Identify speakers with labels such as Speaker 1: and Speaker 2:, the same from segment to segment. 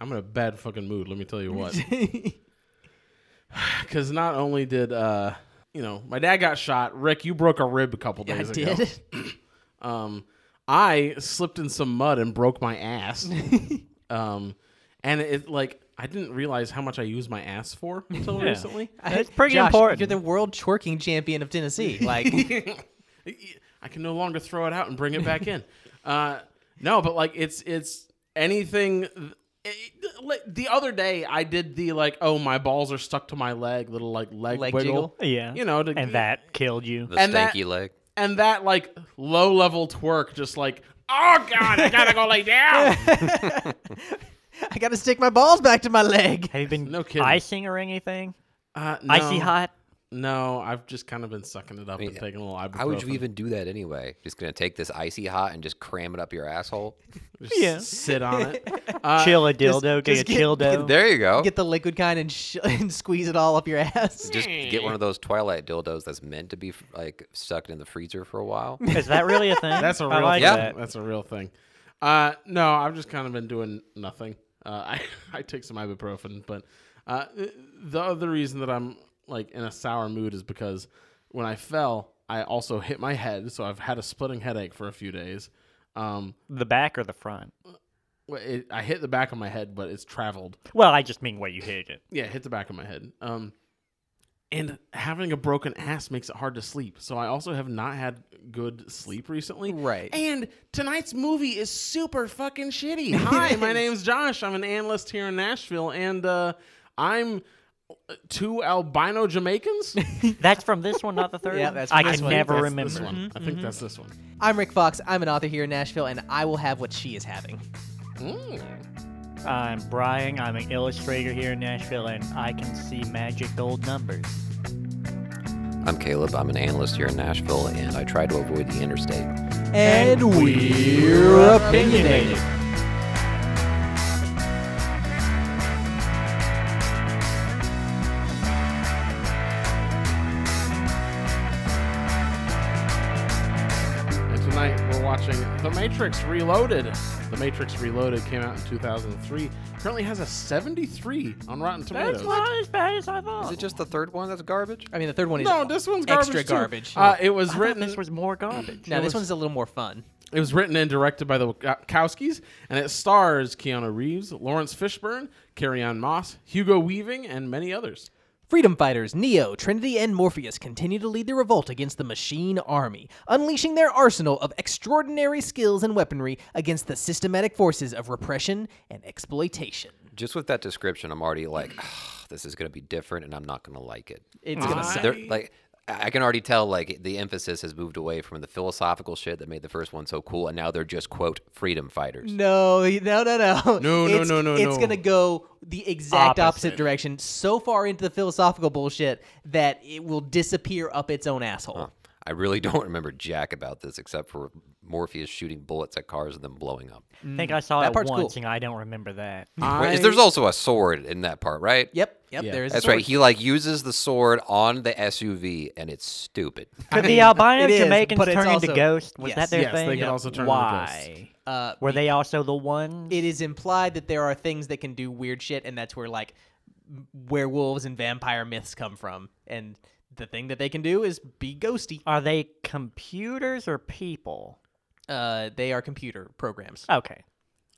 Speaker 1: I'm in a bad fucking mood. Let me tell you what. Because not only did uh, you know my dad got shot, Rick, you broke a rib a couple
Speaker 2: I
Speaker 1: days ago.
Speaker 2: did.
Speaker 1: Um, I slipped in some mud and broke my ass. um, and it like I didn't realize how much I used my ass for until
Speaker 3: Yeah.
Speaker 1: recently.
Speaker 3: It's pretty
Speaker 2: Josh,
Speaker 3: important.
Speaker 2: You're the world twerking champion of Tennessee. Like,
Speaker 1: I can no longer throw it out and bring it back in. Uh, no, but like it's it's anything. it- like, the other day, I did the like, oh my balls are stuck to my leg, little like leg,
Speaker 2: Leg
Speaker 1: wiggle,
Speaker 3: yeah.
Speaker 1: you know, uh, to,
Speaker 3: and that killed you.
Speaker 4: The
Speaker 1: And that-
Speaker 4: stanky leg.
Speaker 1: and that like low level twerk, just like, oh god, I gotta go lay down.
Speaker 2: I got to stick my balls back to my leg.
Speaker 3: Have you been
Speaker 1: No kidding.
Speaker 3: icing or anything?
Speaker 1: Uh, no,
Speaker 3: Icy hot?
Speaker 1: No, I've just kind of been sucking it up
Speaker 4: mean,
Speaker 1: and taking a little ibuprofen.
Speaker 4: How would you even do that anyway? Just gonna take this icy hot and just cram it up your asshole.
Speaker 1: Just
Speaker 3: Yeah.
Speaker 1: sit on it? Uh,
Speaker 3: chill a
Speaker 2: just
Speaker 3: dildo, get a
Speaker 2: get-
Speaker 3: chill dildo.
Speaker 4: There you go.
Speaker 2: Get the liquid kind and, sh- and squeeze it all up your ass.
Speaker 4: just get one of those Twilight dildos that's meant to be like stuck in the freezer for a while.
Speaker 3: Is that really a thing?
Speaker 1: That's a
Speaker 3: I
Speaker 1: real
Speaker 3: like
Speaker 1: thing.
Speaker 3: that.
Speaker 1: That's a real thing. Uh, no, I've just kind of been doing nothing. Uh, I I take some ibuprofen, but uh, the other reason that I'm like in a sour mood is because when I fell, I also hit my head, so I've had a splitting headache for a few days. Um,
Speaker 3: The back or the front?
Speaker 1: wh- it, I hit the back of my head, but it's traveled.
Speaker 3: Well, I just mean where you hit it.
Speaker 1: Yeah, hit the back of my head. Um, and having a broken ass makes it hard to sleep. So I also have not had good sleep recently.
Speaker 2: Right.
Speaker 1: And tonight's movie is super fucking shitty. Hi, my name's Josh. I'm an analyst here in Nashville, and uh, I'm uh, two albino Jamaicans.
Speaker 3: That's from this one, not the third
Speaker 2: Yeah,
Speaker 3: one.
Speaker 2: that's
Speaker 3: I
Speaker 2: from
Speaker 3: can
Speaker 2: this one.
Speaker 3: never
Speaker 1: That's
Speaker 3: remember. Mm-hmm.
Speaker 1: This one. I think that's this one.
Speaker 2: I'm Rick Fox. I'm an author here in Nashville, and I will have what she is having.
Speaker 3: I'm Brian. I'm an illustrator here in Nashville, and I can see magic gold numbers.
Speaker 4: I'm Caleb. I'm an analyst here in Nashville, and I try to avoid the interstate.
Speaker 2: And we're opinionated.
Speaker 1: And tonight we're watching The Matrix Reloaded. The Matrix Reloaded came out in 2003. Currently has a 73 on Rotten Tomatoes.
Speaker 3: That's not as bad as I thought.
Speaker 4: Is it just the third one that's garbage?
Speaker 2: I mean, the third one is
Speaker 1: No, this one's garbage.
Speaker 2: extra
Speaker 1: too.
Speaker 2: garbage.
Speaker 1: Uh, it was
Speaker 3: I thought
Speaker 1: written.
Speaker 3: this was more garbage.
Speaker 2: now,
Speaker 1: it
Speaker 2: this
Speaker 1: was-
Speaker 2: one's a little more fun.
Speaker 1: It was written and directed by the Wachowskis, and it stars Keanu Reeves, Lawrence Fishburne, Carrie-Anne Moss, Hugo Weaving, and many others.
Speaker 2: Freedom fighters Neo, Trinity, and Morpheus continue to lead the revolt against the Machine Army, unleashing their arsenal of extraordinary skills and weaponry against the systematic forces of repression and exploitation.
Speaker 4: Just with that description, I'm already like, "Ugh, this is gonna be different, and I'm not gonna like it.
Speaker 2: It's gonna
Speaker 1: I-
Speaker 2: suck.
Speaker 4: They're- like. I I can already tell, like the emphasis has moved away from the philosophical shit that made the first one so cool, and now they're just quote freedom fighters.
Speaker 2: No, no, no, no.
Speaker 1: no,
Speaker 2: it's,
Speaker 1: no, no,
Speaker 2: It's
Speaker 1: no.
Speaker 2: gonna go the exact opposite.
Speaker 3: Opposite.
Speaker 2: direction, so far into the philosophical bullshit that it will disappear up its own asshole.
Speaker 4: I really don't remember jack about this except for Morpheus shooting bullets at cars and then blowing up.
Speaker 3: I think I saw
Speaker 2: That
Speaker 3: it
Speaker 2: part's
Speaker 3: once,
Speaker 2: cool.
Speaker 3: and I don't remember that.
Speaker 4: Wait, is-
Speaker 1: I-
Speaker 4: there's also a sword in that part, right?
Speaker 2: Yep, yep.
Speaker 1: Yeah.
Speaker 2: There is a
Speaker 4: That's
Speaker 2: sword.
Speaker 4: right. He like uses the sword on the SUV, and it's stupid.
Speaker 3: Could the albino
Speaker 2: it is,
Speaker 3: Jamaicans
Speaker 2: but it's
Speaker 3: turn into
Speaker 2: also-
Speaker 3: ghosts? Was
Speaker 2: yes.
Speaker 3: that their
Speaker 1: Yes, they
Speaker 3: thing?
Speaker 1: could Yeah. also turn into
Speaker 3: Why?
Speaker 2: Uh,
Speaker 3: Were they also the ones?
Speaker 2: it is implied that there are things that can do weird shit, and that's where like m- werewolves and vampire myths come from. And the thing that they can do is be ghosty.
Speaker 3: Are they computers or people?
Speaker 2: Uh, they are computer programs.
Speaker 3: Okay.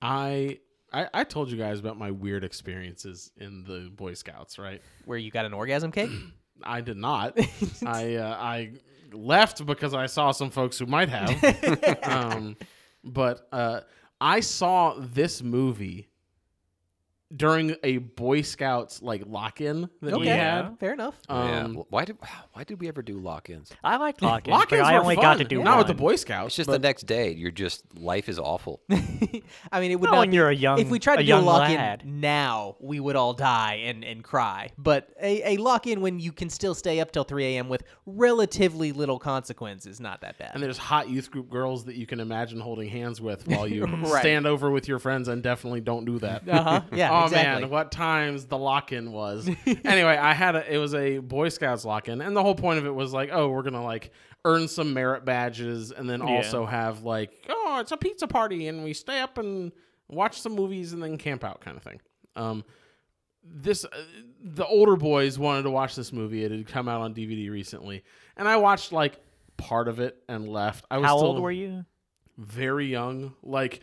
Speaker 1: I, I I told you guys about my weird experiences in the Boy Scouts, right?
Speaker 2: Where you got an orgasm cake?
Speaker 1: I did not. I uh, I left because I saw some folks who might have. um, but uh, I saw this movie during a Boy Scouts like lock-in that we
Speaker 3: Okay.
Speaker 1: had.
Speaker 2: fair enough.
Speaker 4: Oh, yeah.
Speaker 1: Um,
Speaker 4: Well, Why did why did we ever do lock-ins?
Speaker 3: I liked lock-ins,
Speaker 1: Lock-ins
Speaker 3: but I
Speaker 1: were
Speaker 3: only
Speaker 1: fun.
Speaker 3: got to do
Speaker 1: not
Speaker 3: one.
Speaker 1: with the Boy Scouts.
Speaker 4: It's just the
Speaker 1: but
Speaker 4: next day. You're just life is awful.
Speaker 2: I mean, it would
Speaker 3: Not
Speaker 2: not
Speaker 3: when
Speaker 2: be-
Speaker 3: you're a young.
Speaker 2: if we tried to
Speaker 3: a
Speaker 2: do a
Speaker 3: young
Speaker 2: lock
Speaker 3: lad.
Speaker 2: in now, we would all die and, and cry. But a, a lock in when you can still stay up till 3 a.m. with relatively little consequence is not that bad.
Speaker 1: and there's hot youth group girls that you can imagine holding hands with while you
Speaker 2: Right.
Speaker 1: stand over with your friends and definitely don't do that.
Speaker 2: Uh-huh. Yeah,
Speaker 1: oh
Speaker 2: exactly.
Speaker 1: man, what times the lock-in was. anyway, I had a it was a Boy Scouts lock-in and the whole point of it was like, oh, we're going to like earn some merit badges and then also have like, oh, it's a pizza party and we stay up and watch some movies and then camp out kind of thing. Um, this uh, the older boys wanted to watch this movie. It had come out on DVD recently, and I watched like part of it and left. I was
Speaker 3: How
Speaker 1: still
Speaker 3: old were you?
Speaker 1: very young, like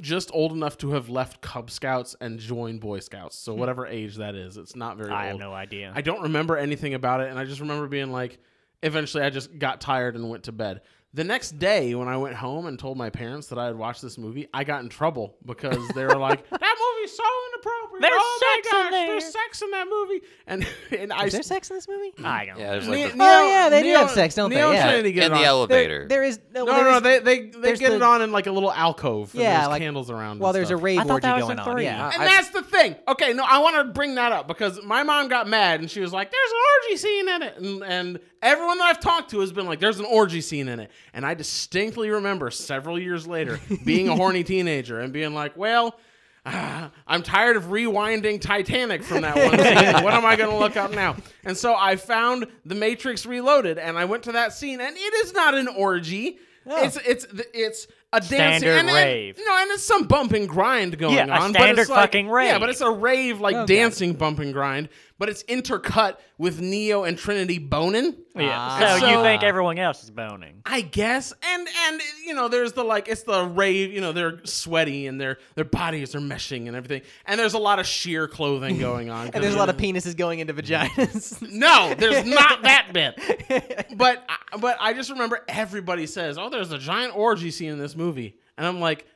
Speaker 1: just old enough to have left Cub Scouts and joined Boy Scouts. So whatever age that is, it's not very
Speaker 3: I
Speaker 1: old.
Speaker 3: have no idea.
Speaker 1: Hmm. I don't remember anything about it, and I just remember being like, eventually I just got tired and went to bed. The next day, when I went home and told my parents that I had watched this movie, I got in trouble because they were like, "That movie's so inappropriate!
Speaker 3: There's
Speaker 1: oh my
Speaker 3: sex in
Speaker 1: gosh, there's
Speaker 3: there."
Speaker 1: sex in that movie!" And and I
Speaker 2: Is there sex in this movie?
Speaker 3: I don't.
Speaker 4: Yeah,
Speaker 3: know.
Speaker 4: there's like the-
Speaker 2: Oh, yeah, they do have sex, don't they?
Speaker 1: Neon's
Speaker 2: Yeah.
Speaker 1: trying to get
Speaker 4: in
Speaker 1: it
Speaker 4: the
Speaker 1: on.
Speaker 4: elevator.
Speaker 2: there is no.
Speaker 1: No,
Speaker 2: there
Speaker 1: no,
Speaker 2: is-
Speaker 1: they they, they
Speaker 2: there's
Speaker 1: get
Speaker 2: the-
Speaker 1: it on in like a little alcove. And
Speaker 2: Yeah,
Speaker 1: there's
Speaker 2: like-
Speaker 1: candles around.
Speaker 2: While
Speaker 1: and
Speaker 2: there's a
Speaker 1: stuff.
Speaker 2: rave
Speaker 3: I thought
Speaker 2: orgy
Speaker 3: that was
Speaker 2: going
Speaker 3: in
Speaker 2: on.
Speaker 3: three.
Speaker 2: Yeah.
Speaker 4: Yeah.
Speaker 1: And
Speaker 4: I-
Speaker 1: that's the thing. Okay, no, I want to bring that up because my mom got mad and she was like, "There's an orgy scene in it," and, and everyone that I've talked to has been like, "There's an orgy scene in it," and I distinctly remember several years later being a horny teenager and being like, "Well." ah, I'm tired of rewinding Titanic from that one scene. What am I going to look up now? And so I found The Matrix Reloaded, and I went to that scene, and it is not an orgy. It's it's it's a dancing
Speaker 3: Standard
Speaker 1: and, and-
Speaker 3: rave.
Speaker 1: no, and it's some bump and grind going
Speaker 3: Yeah,
Speaker 1: on.
Speaker 3: a
Speaker 1: but it's
Speaker 3: standard
Speaker 1: like-
Speaker 3: fucking
Speaker 1: Yeah,
Speaker 3: rave.
Speaker 1: but it's a rave like dancing bump and grind, but it's intercut with Neo and Trinity boning.
Speaker 4: Ah.
Speaker 3: Yeah. So,
Speaker 1: So-
Speaker 3: you think everyone else is boning?
Speaker 1: I guess, and and you know, there's the like, it's the rave. You know, they're sweaty and their their bodies are meshing and everything. And there's a lot of sheer clothing going on.
Speaker 2: And there's a lot of penises going into vaginas.
Speaker 1: No, there's not that bit. But I- but I just remember everybody says, "Oh, there's a giant orgy scene in this movie," and I'm like,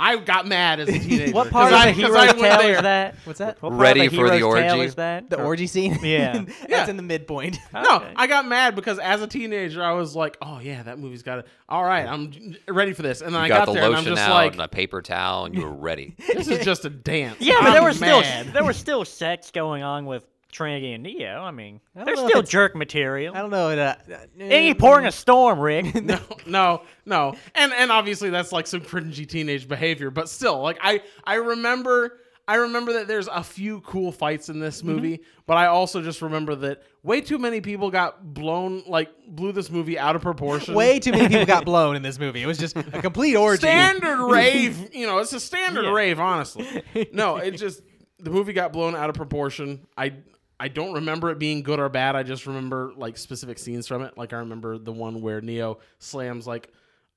Speaker 1: I got mad as a teenager.
Speaker 3: What
Speaker 1: 'cause
Speaker 3: part
Speaker 1: I-
Speaker 3: of the
Speaker 1: 'cause I
Speaker 3: hero's
Speaker 1: went
Speaker 3: tale
Speaker 1: there.
Speaker 3: is that?
Speaker 2: What's that?
Speaker 3: What part
Speaker 4: Ready
Speaker 3: of the
Speaker 4: for the
Speaker 3: hero's tale
Speaker 4: orgy?
Speaker 3: Is that?
Speaker 2: The orgy scene.
Speaker 3: Yeah.
Speaker 2: that's
Speaker 1: Yeah.
Speaker 2: in the midpoint.
Speaker 1: No,
Speaker 3: Okay.
Speaker 1: I got mad because as a teenager, I was like, "Oh yeah, that movie's got it. All right, I'm ready for this." And then I
Speaker 4: You
Speaker 1: got,
Speaker 4: got, the
Speaker 1: there, and I'm
Speaker 4: lotion
Speaker 1: just
Speaker 4: out
Speaker 1: like,
Speaker 4: and a paper towel, and you were ready.
Speaker 1: "This is just a dance."
Speaker 3: Yeah, but there
Speaker 1: I'm
Speaker 3: was still
Speaker 1: mad.
Speaker 3: there was still sex going on with Trinity and Neo. I mean,
Speaker 2: don't
Speaker 3: there's
Speaker 2: know if
Speaker 3: still
Speaker 2: it's-
Speaker 3: jerk
Speaker 2: I
Speaker 3: material.
Speaker 2: don't know. It, uh,
Speaker 3: Any porn a storm, Rick.
Speaker 1: no, no, no. And and obviously that's like some cringy teenage behavior, but still, like I I remember I remember that there's a few cool fights in this
Speaker 3: Mm-hmm.
Speaker 1: movie, but I also just remember that way too many people got blown like blew this movie out of proportion.
Speaker 2: Way too many people got blown in this movie. It was just a complete orgy.
Speaker 1: standard rave. You know, it's a standard
Speaker 3: Yeah.
Speaker 1: rave. Honestly, no, it just the movie got blown out of proportion. I I don't remember it being good or bad. I just remember like specific scenes from it. Like I remember the one where Neo slams like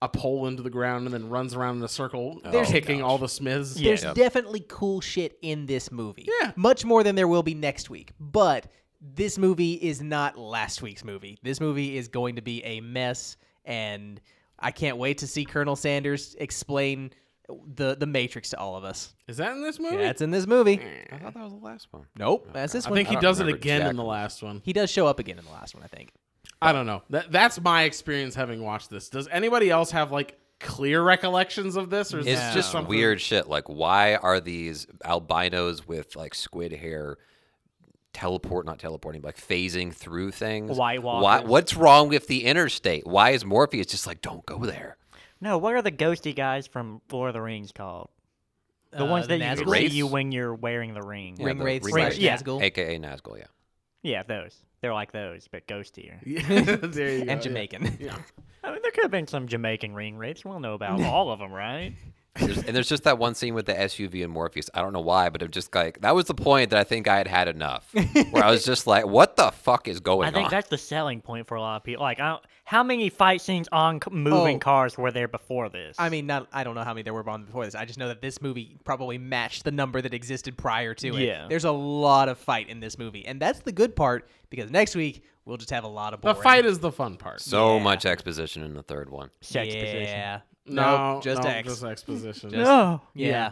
Speaker 1: a pole into the ground and then runs around in a circle,
Speaker 4: There's-
Speaker 1: kicking
Speaker 4: Oh, gosh.
Speaker 1: all the Smiths.
Speaker 3: Yeah.
Speaker 2: There's definitely cool shit in this movie.
Speaker 1: Yeah.
Speaker 2: Much more than there will be next week. But this movie is not last week's movie. This movie is going to be a mess and I can't wait to see Colonel Sanders explain the the Matrix to all of us.
Speaker 1: Is that in this movie?
Speaker 2: That's in this movie.
Speaker 4: I thought that was the last one.
Speaker 2: Nope. That's this
Speaker 1: I
Speaker 2: one. Uh,
Speaker 1: think he
Speaker 4: I don't
Speaker 1: does it
Speaker 4: remember
Speaker 1: again in
Speaker 4: Jack.
Speaker 1: the last one.
Speaker 2: he does show up again in the last one, I think.
Speaker 1: I don't know. That that's my experience having watched this. Does anybody else have like clear recollections of this or is
Speaker 4: It's
Speaker 1: this
Speaker 4: just
Speaker 1: something-
Speaker 4: weird shit. Like, why are these albinos with like squid hair teleport, not teleporting, but, like phasing through things?
Speaker 3: White
Speaker 4: Why,
Speaker 3: Walkers.
Speaker 4: what's wrong with the interstate? Why is Morpheus just like, don't go there?
Speaker 3: No, what are the ghosty guys from Lord of the Rings called? The
Speaker 2: Uh,
Speaker 3: ones
Speaker 2: the
Speaker 3: that you
Speaker 2: Nazgul?
Speaker 3: see
Speaker 4: Wraiths?
Speaker 3: you when you're wearing the ring.
Speaker 4: Yeah,
Speaker 2: Ring
Speaker 4: the
Speaker 2: Wraith
Speaker 4: Ring
Speaker 2: slash
Speaker 3: Wraith. Yeah.
Speaker 2: Nazgul.
Speaker 4: AKA Nazgul, yeah.
Speaker 3: Yeah, those. They're like those, but ghostier.
Speaker 1: Yeah, there you go, yeah.
Speaker 2: and Jamaican.
Speaker 1: Yeah.
Speaker 3: I mean, there could have been some Jamaican ring rapes. We'll know about all of them, right?
Speaker 4: There's, and there's just that one scene with the SUV and Morpheus. I don't know why, but I'm just like, that was the point that I think I had had enough. Where I was just like, what the fuck is going
Speaker 3: I think
Speaker 4: on?
Speaker 3: that's the selling point for a lot of people. Like, I don't, how many fight scenes on c- moving
Speaker 2: Oh.
Speaker 3: cars were there before this?
Speaker 2: I mean, not I don't know how many there were on before this. I just know that this movie probably matched the number that existed prior to it.
Speaker 3: Yeah.
Speaker 2: There's a lot of fight in this movie, and that's the good part because next week we'll just have a lot of
Speaker 1: The
Speaker 2: boring.
Speaker 1: fight is the fun part.
Speaker 4: so much exposition in the third one.
Speaker 3: sex position.
Speaker 2: yeah.
Speaker 1: no,
Speaker 2: Nope, just
Speaker 1: no,
Speaker 2: X.
Speaker 1: just exposition.
Speaker 3: No.
Speaker 2: yeah.
Speaker 1: yeah.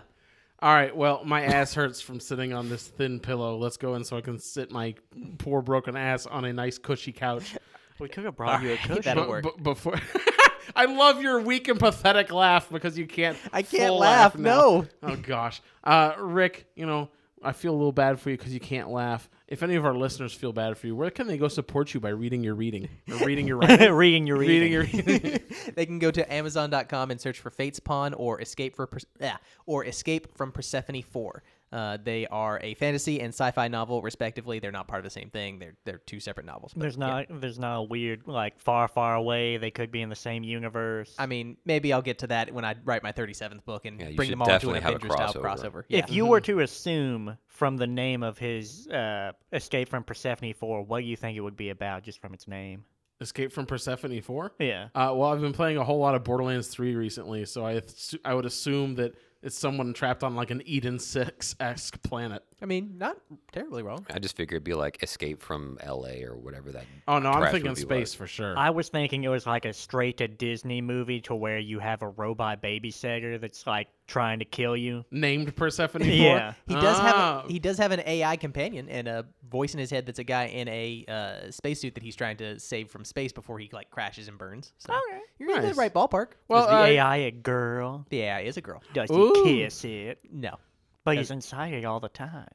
Speaker 1: All right. Well, my ass hurts from sitting on this thin pillow. Let's go in so I can sit my poor broken ass on a nice cushy couch.
Speaker 3: We could have brought you a
Speaker 2: Alright,
Speaker 3: cushion.
Speaker 2: that'll
Speaker 1: Bu-
Speaker 2: work.
Speaker 1: bu- before. I love your weak and pathetic laugh because you can't.
Speaker 2: I can't
Speaker 1: full
Speaker 2: laugh,
Speaker 1: now.
Speaker 2: no.
Speaker 1: Oh gosh, uh, Rick. You know, I feel a little bad for you because you can't laugh. If any of our listeners feel bad for you, where can they go support you by reading your reading or reading your writing?
Speaker 3: reading your
Speaker 1: reading
Speaker 3: reading.
Speaker 1: your reading.
Speaker 2: they can go to Amazon.com and search for Fate's Pawn or Escape for per- yeah, or Escape from Persephone Four. Uh, they are a fantasy and sci-fi novel, respectively. They're not part of the same thing. They're they're two separate novels. But
Speaker 3: There's not there's not a weird like far far away. They could be in the same universe.
Speaker 2: I mean, maybe I'll get to that when I write my 37th book and
Speaker 4: Yeah, you
Speaker 2: bring
Speaker 4: should
Speaker 2: them all into an
Speaker 4: definitely have a
Speaker 2: Avenger-style
Speaker 4: crossover.
Speaker 2: crossover. Yeah.
Speaker 3: If you were to assume from the name of his uh, Escape from Persephone 4, what do you think it would be about just from its name?
Speaker 1: Escape from Persephone 4?
Speaker 3: Yeah.
Speaker 1: Uh, well, I've been playing a whole lot of Borderlands 3 recently, so I assu- I would assume that it's someone trapped on like an Eden 6 esque planet.
Speaker 2: I mean, not terribly wrong.
Speaker 4: I just figured it'd be like Escape from L.A. or whatever that.
Speaker 1: Oh, no,
Speaker 4: trash
Speaker 1: I'm thinking
Speaker 4: movie
Speaker 1: space
Speaker 4: was.
Speaker 1: for sure.
Speaker 3: I was thinking it was like a straight to Disney movie to where you have a robot babysitter that's like trying to kill you.
Speaker 1: Named Persephone 4?
Speaker 3: Yeah. Oh.
Speaker 2: He does
Speaker 1: Ah.
Speaker 2: have a, he does have an AI companion and a voice in his head that's a guy in a uh, spacesuit that he's trying to save from space before he like crashes and burns. So you're in
Speaker 1: Nice.
Speaker 2: the right ballpark.
Speaker 1: Well,
Speaker 3: is the
Speaker 1: uh,
Speaker 3: AI a girl?
Speaker 2: The AI is a girl.
Speaker 3: Does
Speaker 1: Ooh.
Speaker 3: he kiss it?
Speaker 2: No,
Speaker 3: But he's inside it all the time.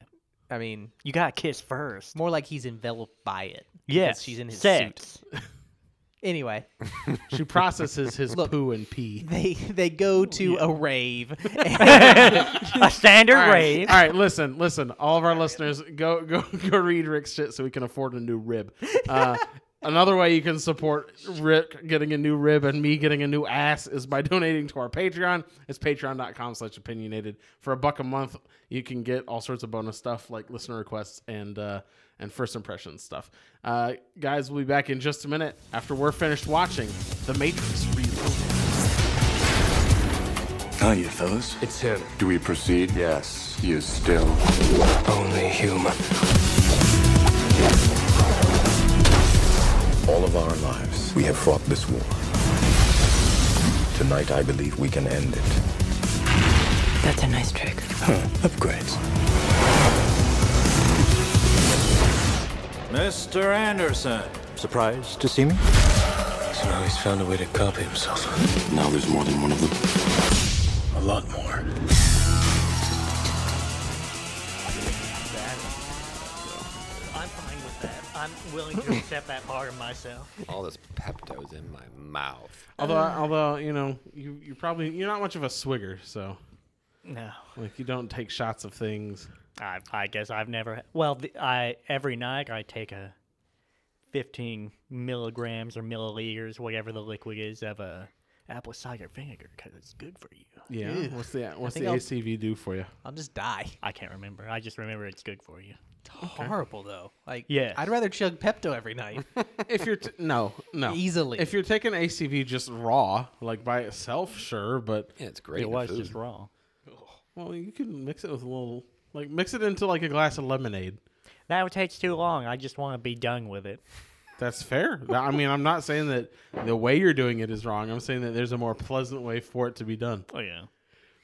Speaker 2: I mean
Speaker 3: You got to kiss first.
Speaker 2: more like he's enveloped by it.
Speaker 3: Yes.
Speaker 2: because she's in his suit.
Speaker 3: sex.
Speaker 2: Anyway,
Speaker 1: she processes his
Speaker 2: Look.
Speaker 1: poo and pee.
Speaker 2: they they go to a rave.
Speaker 3: a standard
Speaker 1: All right.
Speaker 3: rave.
Speaker 1: All right, listen, listen. All of our listeners, go go go read Rick's shit so we can afford a new rib. Uh, another way you can support Rick getting a new rib and me getting a new ass is by donating to our Patreon. It's patreon.com slash opinionated. For a buck a month, you can get all sorts of bonus stuff like listener requests and uh, and first impression stuff. Uh, guys, we'll be back in just a minute after we're finished watching The Matrix Reloaded.
Speaker 5: Are you fellas?
Speaker 6: It's him.
Speaker 5: Do we proceed?
Speaker 6: Yes.
Speaker 5: You still
Speaker 6: Only human.
Speaker 7: All of our lives, we have fought this war. Tonight, I believe we can end it.
Speaker 8: That's a nice trick.
Speaker 7: Upgrades.
Speaker 9: Mr. Anderson.
Speaker 7: Surprised to see me?
Speaker 6: Somehow he's found a way to copy himself.
Speaker 7: Now there's more than one of them. A lot more.
Speaker 3: I'm fine with that. I'm willing to accept that part of myself.
Speaker 4: All this Pepto's in my mouth.
Speaker 1: Although, although you know, you you probably you're not much of a swigger, so
Speaker 3: No.
Speaker 1: like you don't take shots of things.
Speaker 3: I, I guess I've never. Well, the, I every night I take a fifteen milligrams or milliliters, whatever the liquid is, of a apple cider vinegar because it's good for you.
Speaker 1: Yeah. What's the what's
Speaker 2: think
Speaker 1: the
Speaker 2: I'll-
Speaker 1: ACV do for you?
Speaker 2: I'll just die.
Speaker 3: I can't remember. I just remember it's good for you.
Speaker 2: It's horrible though. Like
Speaker 3: Yes.
Speaker 2: I'd rather chug Pepto every night.
Speaker 1: if you're t- no no
Speaker 2: Easily.
Speaker 1: If you're taking ACV just raw, like by itself, sure, but
Speaker 4: Yeah, it's great.
Speaker 3: it
Speaker 4: in
Speaker 3: was
Speaker 4: food.
Speaker 3: just raw.
Speaker 1: well, you can mix it with a little like mix it into like a glass of lemonade.
Speaker 3: That takes too long. I just want to be done with it.
Speaker 1: That's fair. Th- I mean, I'm not saying that the way you're doing it is wrong. I'm saying that there's a more pleasant way for it to be done.
Speaker 3: Oh yeah.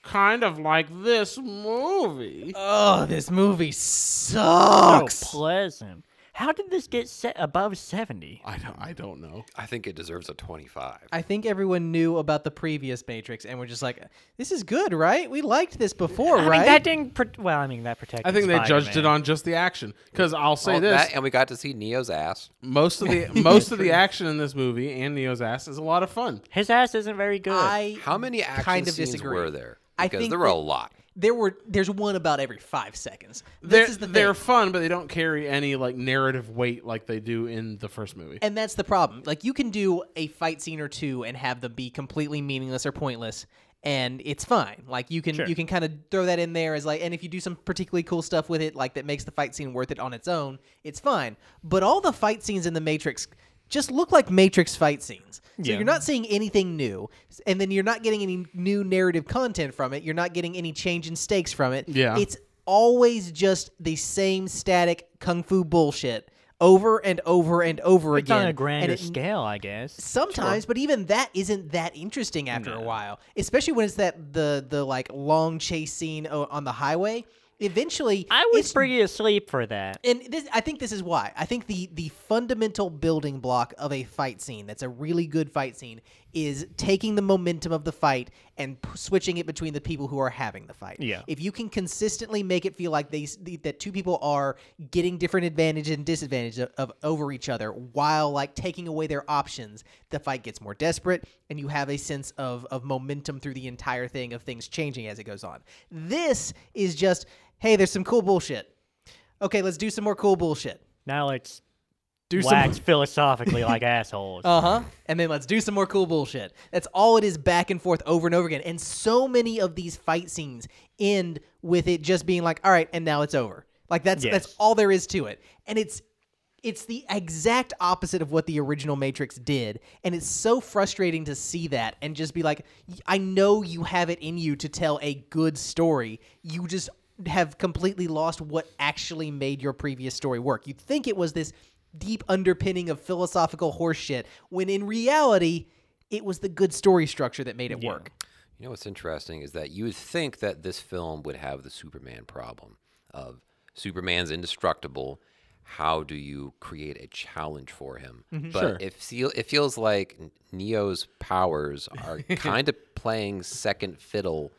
Speaker 1: Kind of like this movie.
Speaker 2: oh, this movie
Speaker 3: So
Speaker 2: sucks.
Speaker 3: pleasant. How did this get set above seventy?
Speaker 1: I don't. I don't know.
Speaker 4: I think it deserves a 25.
Speaker 2: I think everyone knew about the previous Matrix and were just like, "This is good, right? We liked this before,
Speaker 3: I
Speaker 2: right?"
Speaker 3: mean that didn't. Pro- well, I mean that protected.
Speaker 1: I think they judged it
Speaker 3: Spider-Man.
Speaker 1: on just the action. Because I'll say
Speaker 4: All
Speaker 1: this:
Speaker 4: that, and we got to see Neo's ass.
Speaker 1: most of the most of the action in this movie and Neo's ass is a lot of fun.
Speaker 3: His ass isn't very good.
Speaker 2: I
Speaker 4: How many action
Speaker 2: kind of
Speaker 4: scenes
Speaker 2: disagree.
Speaker 4: were there?
Speaker 2: I
Speaker 4: Because
Speaker 2: think
Speaker 4: there were a
Speaker 2: that-
Speaker 4: lot.
Speaker 2: There were there's one about every five seconds.
Speaker 1: They're,
Speaker 2: This is the
Speaker 1: they're
Speaker 2: thing,
Speaker 1: fun, but they don't carry any like narrative weight like they do in the first movie.
Speaker 2: and that's the problem. Like you can do a fight scene or two and have them be completely meaningless or pointless, and it's fine. Like you can you can kind of throw that in there as like, and if you do some particularly cool stuff with it, like that makes the fight scene worth it on its own, it's fine. But all the fight scenes in the Matrix just look like Matrix fight scenes. So you're not seeing anything new, and then you're not getting any new narrative content from it. You're not getting any change in stakes from it.
Speaker 1: Yeah.
Speaker 2: it's always just the same static kung fu bullshit over and over and over
Speaker 3: it's
Speaker 2: again.
Speaker 3: on a
Speaker 2: and
Speaker 3: grander
Speaker 2: it-
Speaker 3: scale, I guess.
Speaker 2: Sometimes, but even that isn't that interesting after a while, especially when it's that the the like long chase scene o- on the highway. Eventually,
Speaker 3: I was
Speaker 2: it's
Speaker 3: pretty asleep for that.
Speaker 2: and this, I think this is why. I think the the fundamental building block of a fight scene that's a really good fight scene is taking the momentum of the fight and p- switching it between the people who are having the fight.
Speaker 3: Yeah.
Speaker 2: If you can consistently make it feel like they s- the- that two people are getting different advantage and disadvantage of, of over each other while like taking away their options, the fight gets more desperate and you have a sense of of momentum through the entire thing of things changing as it goes on. This is just hey, there's some cool bullshit. Okay, let's do some more cool bullshit.
Speaker 3: Now let's
Speaker 1: Do
Speaker 3: wax
Speaker 1: some.
Speaker 3: philosophically like assholes.
Speaker 2: Uh huh. And then let's do some more cool bullshit. That's all it is back and forth over and over again. And so many of these fight scenes end with it just being like, all right, and now it's over. Like that's that's
Speaker 3: Yes.
Speaker 2: all there is to it. And it's it's the exact opposite of what the original Matrix did. And it's so frustrating to see that and just be like, "Y- I know you have it in you to tell a good story. You just have completely lost what actually made your previous story work. You'd think it was this deep underpinning of philosophical horseshit, when in reality, it was the good story structure that made it work.
Speaker 4: You know what's interesting is that you would think that this film would have the Superman problem of Superman's indestructible. How do you create a challenge for him? But
Speaker 1: Sure.
Speaker 4: it, feel, it feels like Neo's powers are kind of playing second fiddle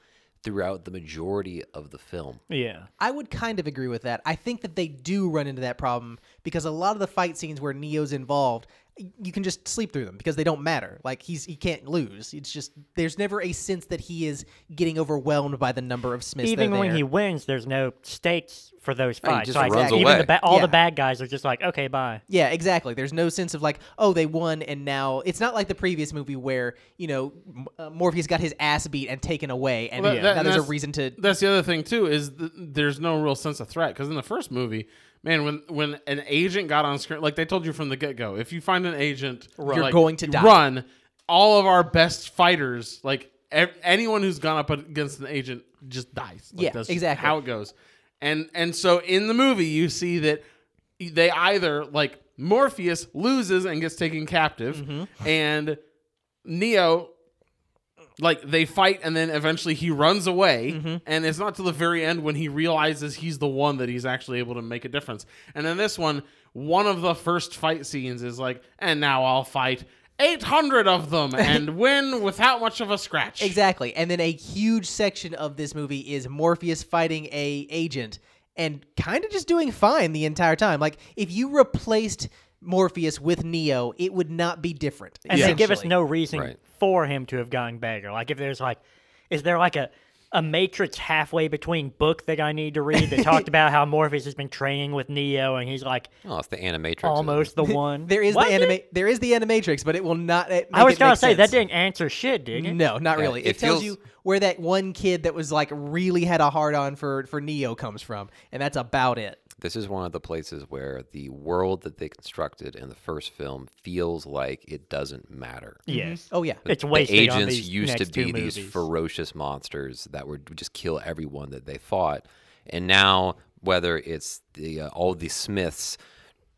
Speaker 4: throughout the majority of the film.
Speaker 3: yeah.
Speaker 2: I would kind of agree with that. I think that they do run into that problem because a lot of the fight scenes where Neo's involved, y- you can just sleep through them because they don't matter. Like he's he can't lose. It's just there's never a sense that he is getting overwhelmed by the number of Smiths. that
Speaker 3: even
Speaker 2: are
Speaker 3: when
Speaker 2: there. Oh,
Speaker 3: he wins, there's no stakes for those
Speaker 4: Yeah, he
Speaker 3: fights.
Speaker 4: just
Speaker 3: So I
Speaker 4: runs
Speaker 3: think even
Speaker 4: away.
Speaker 3: the ba- all
Speaker 2: Yeah.
Speaker 3: the bad guys are just like, okay, bye.
Speaker 2: Yeah, exactly. There's no sense of like, oh, they won, and now it's not like the previous movie where you know M- uh, Morpheus got his ass beat and taken away, and
Speaker 1: Well, that- that-
Speaker 2: E now there's a
Speaker 1: that's-
Speaker 2: reason to.
Speaker 1: That's the other thing too is th- there's no real sense of threat because in the first movie, man, when when an agent got on screen, like they told you from the get go, if you find an agent,
Speaker 2: You're
Speaker 1: like,
Speaker 2: going to die.
Speaker 1: Run! All of our best fighters, like ev- anyone who's gone up against an agent, just dies. Like,
Speaker 2: Yeah,
Speaker 1: that's just
Speaker 2: exactly.
Speaker 1: How it goes, and and so in the movie you see that they either like Morpheus loses and gets taken captive,
Speaker 2: Mm-hmm.
Speaker 1: and Neo like they fight and then eventually he runs away and it's not till the very end when he realizes he's the one that he's actually able to make a difference and in this one one of the first fight scenes is like and now i'll fight 800 of them and win without much of a scratch
Speaker 2: Exactly, and then a huge section of this movie is Morpheus fighting a agent and kind of just doing fine the entire time. Like if you replaced Morpheus with Neo, it would not be different.
Speaker 3: And they give us
Speaker 2: essentially.
Speaker 3: no reason
Speaker 4: Right.
Speaker 3: for him to have gotten better. Like if there's like, is there like a a Matrix halfway between book that I need to read that talked about how Morpheus has been training with Neo and he's like
Speaker 4: Oh, it's the Animatrix. isn't it?
Speaker 3: almost the one.
Speaker 2: There is
Speaker 3: Was
Speaker 2: the
Speaker 3: it?
Speaker 2: anima- There is the animatrix, but it will not. It,
Speaker 3: I
Speaker 2: make
Speaker 3: was
Speaker 2: it
Speaker 3: gonna
Speaker 2: make
Speaker 3: say
Speaker 2: sense.
Speaker 3: that didn't answer shit, did it?
Speaker 2: No, not really. It,
Speaker 4: it
Speaker 2: tells
Speaker 4: feels-
Speaker 2: you where that one kid that was like really had a hard on for for Neo comes from, and that's about it.
Speaker 4: This is one of the places where the world that they constructed in the first film feels like it doesn't matter.
Speaker 3: Yes.
Speaker 2: Oh yeah,
Speaker 3: It's
Speaker 4: the
Speaker 3: wasted on
Speaker 4: agents
Speaker 3: these
Speaker 4: used to
Speaker 3: next two
Speaker 4: be these
Speaker 3: movies.
Speaker 4: ferocious monsters that would just kill everyone that they fought, and now whether it's the uh, all the Smiths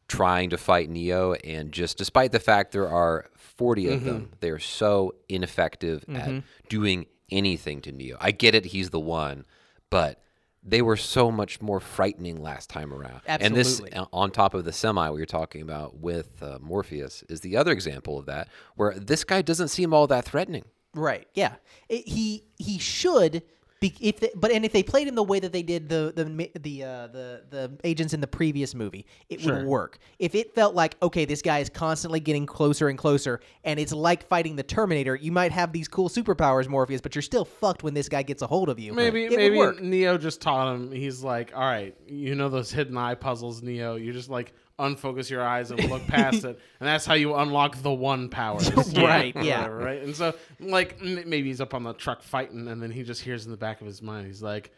Speaker 4: trying to fight Neo, and just despite the fact there are 40 of them, they are so ineffective at doing anything to Neo. I get it, he's the one, but. They were so much more frightening last time around. And this
Speaker 2: Absolutely.
Speaker 4: o- on top of the semi we were talking about with uh, Morpheus is the other example of that, where this guy doesn't seem all that threatening.
Speaker 2: right. Yeah, It- he he should. Be, if they, but and if they played him the way that they did the the ma- the uh, the the agents in the previous movie, it would work. If it felt like okay, this guy is constantly getting closer and closer, and it's like fighting the Terminator. You might have these cool superpowers, Morpheus, but you're still fucked when this guy gets a hold of you.
Speaker 1: maybe
Speaker 2: it would
Speaker 1: maybe
Speaker 2: work.
Speaker 1: neo just taught him he's like all right you know those hidden eye puzzles neo you just like unfocus your eyes and look past it and that's how you unlock the one power
Speaker 2: Right,
Speaker 1: Or
Speaker 2: yeah.
Speaker 1: whatever, right and so like m- maybe he's up on the truck fighting and then he just hears in the back of his mind he's like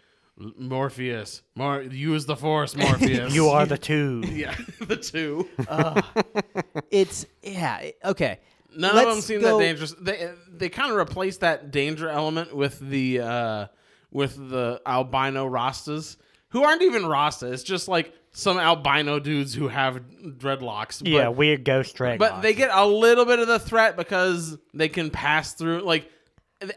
Speaker 1: morpheus Mor- use the force morpheus
Speaker 3: You are the two.
Speaker 1: yeah the two
Speaker 2: It's yeah it- okay.
Speaker 1: None
Speaker 2: Let's
Speaker 1: of them seem
Speaker 2: go-
Speaker 1: that dangerous. They they kind of replaced that danger element with the uh, with the albino Rastas, who aren't even Rasta. It's just like some albino dudes who have dreadlocks. But,
Speaker 3: Yeah, weird ghost dragon.
Speaker 1: but they get a little bit of the threat because they can pass through. Like,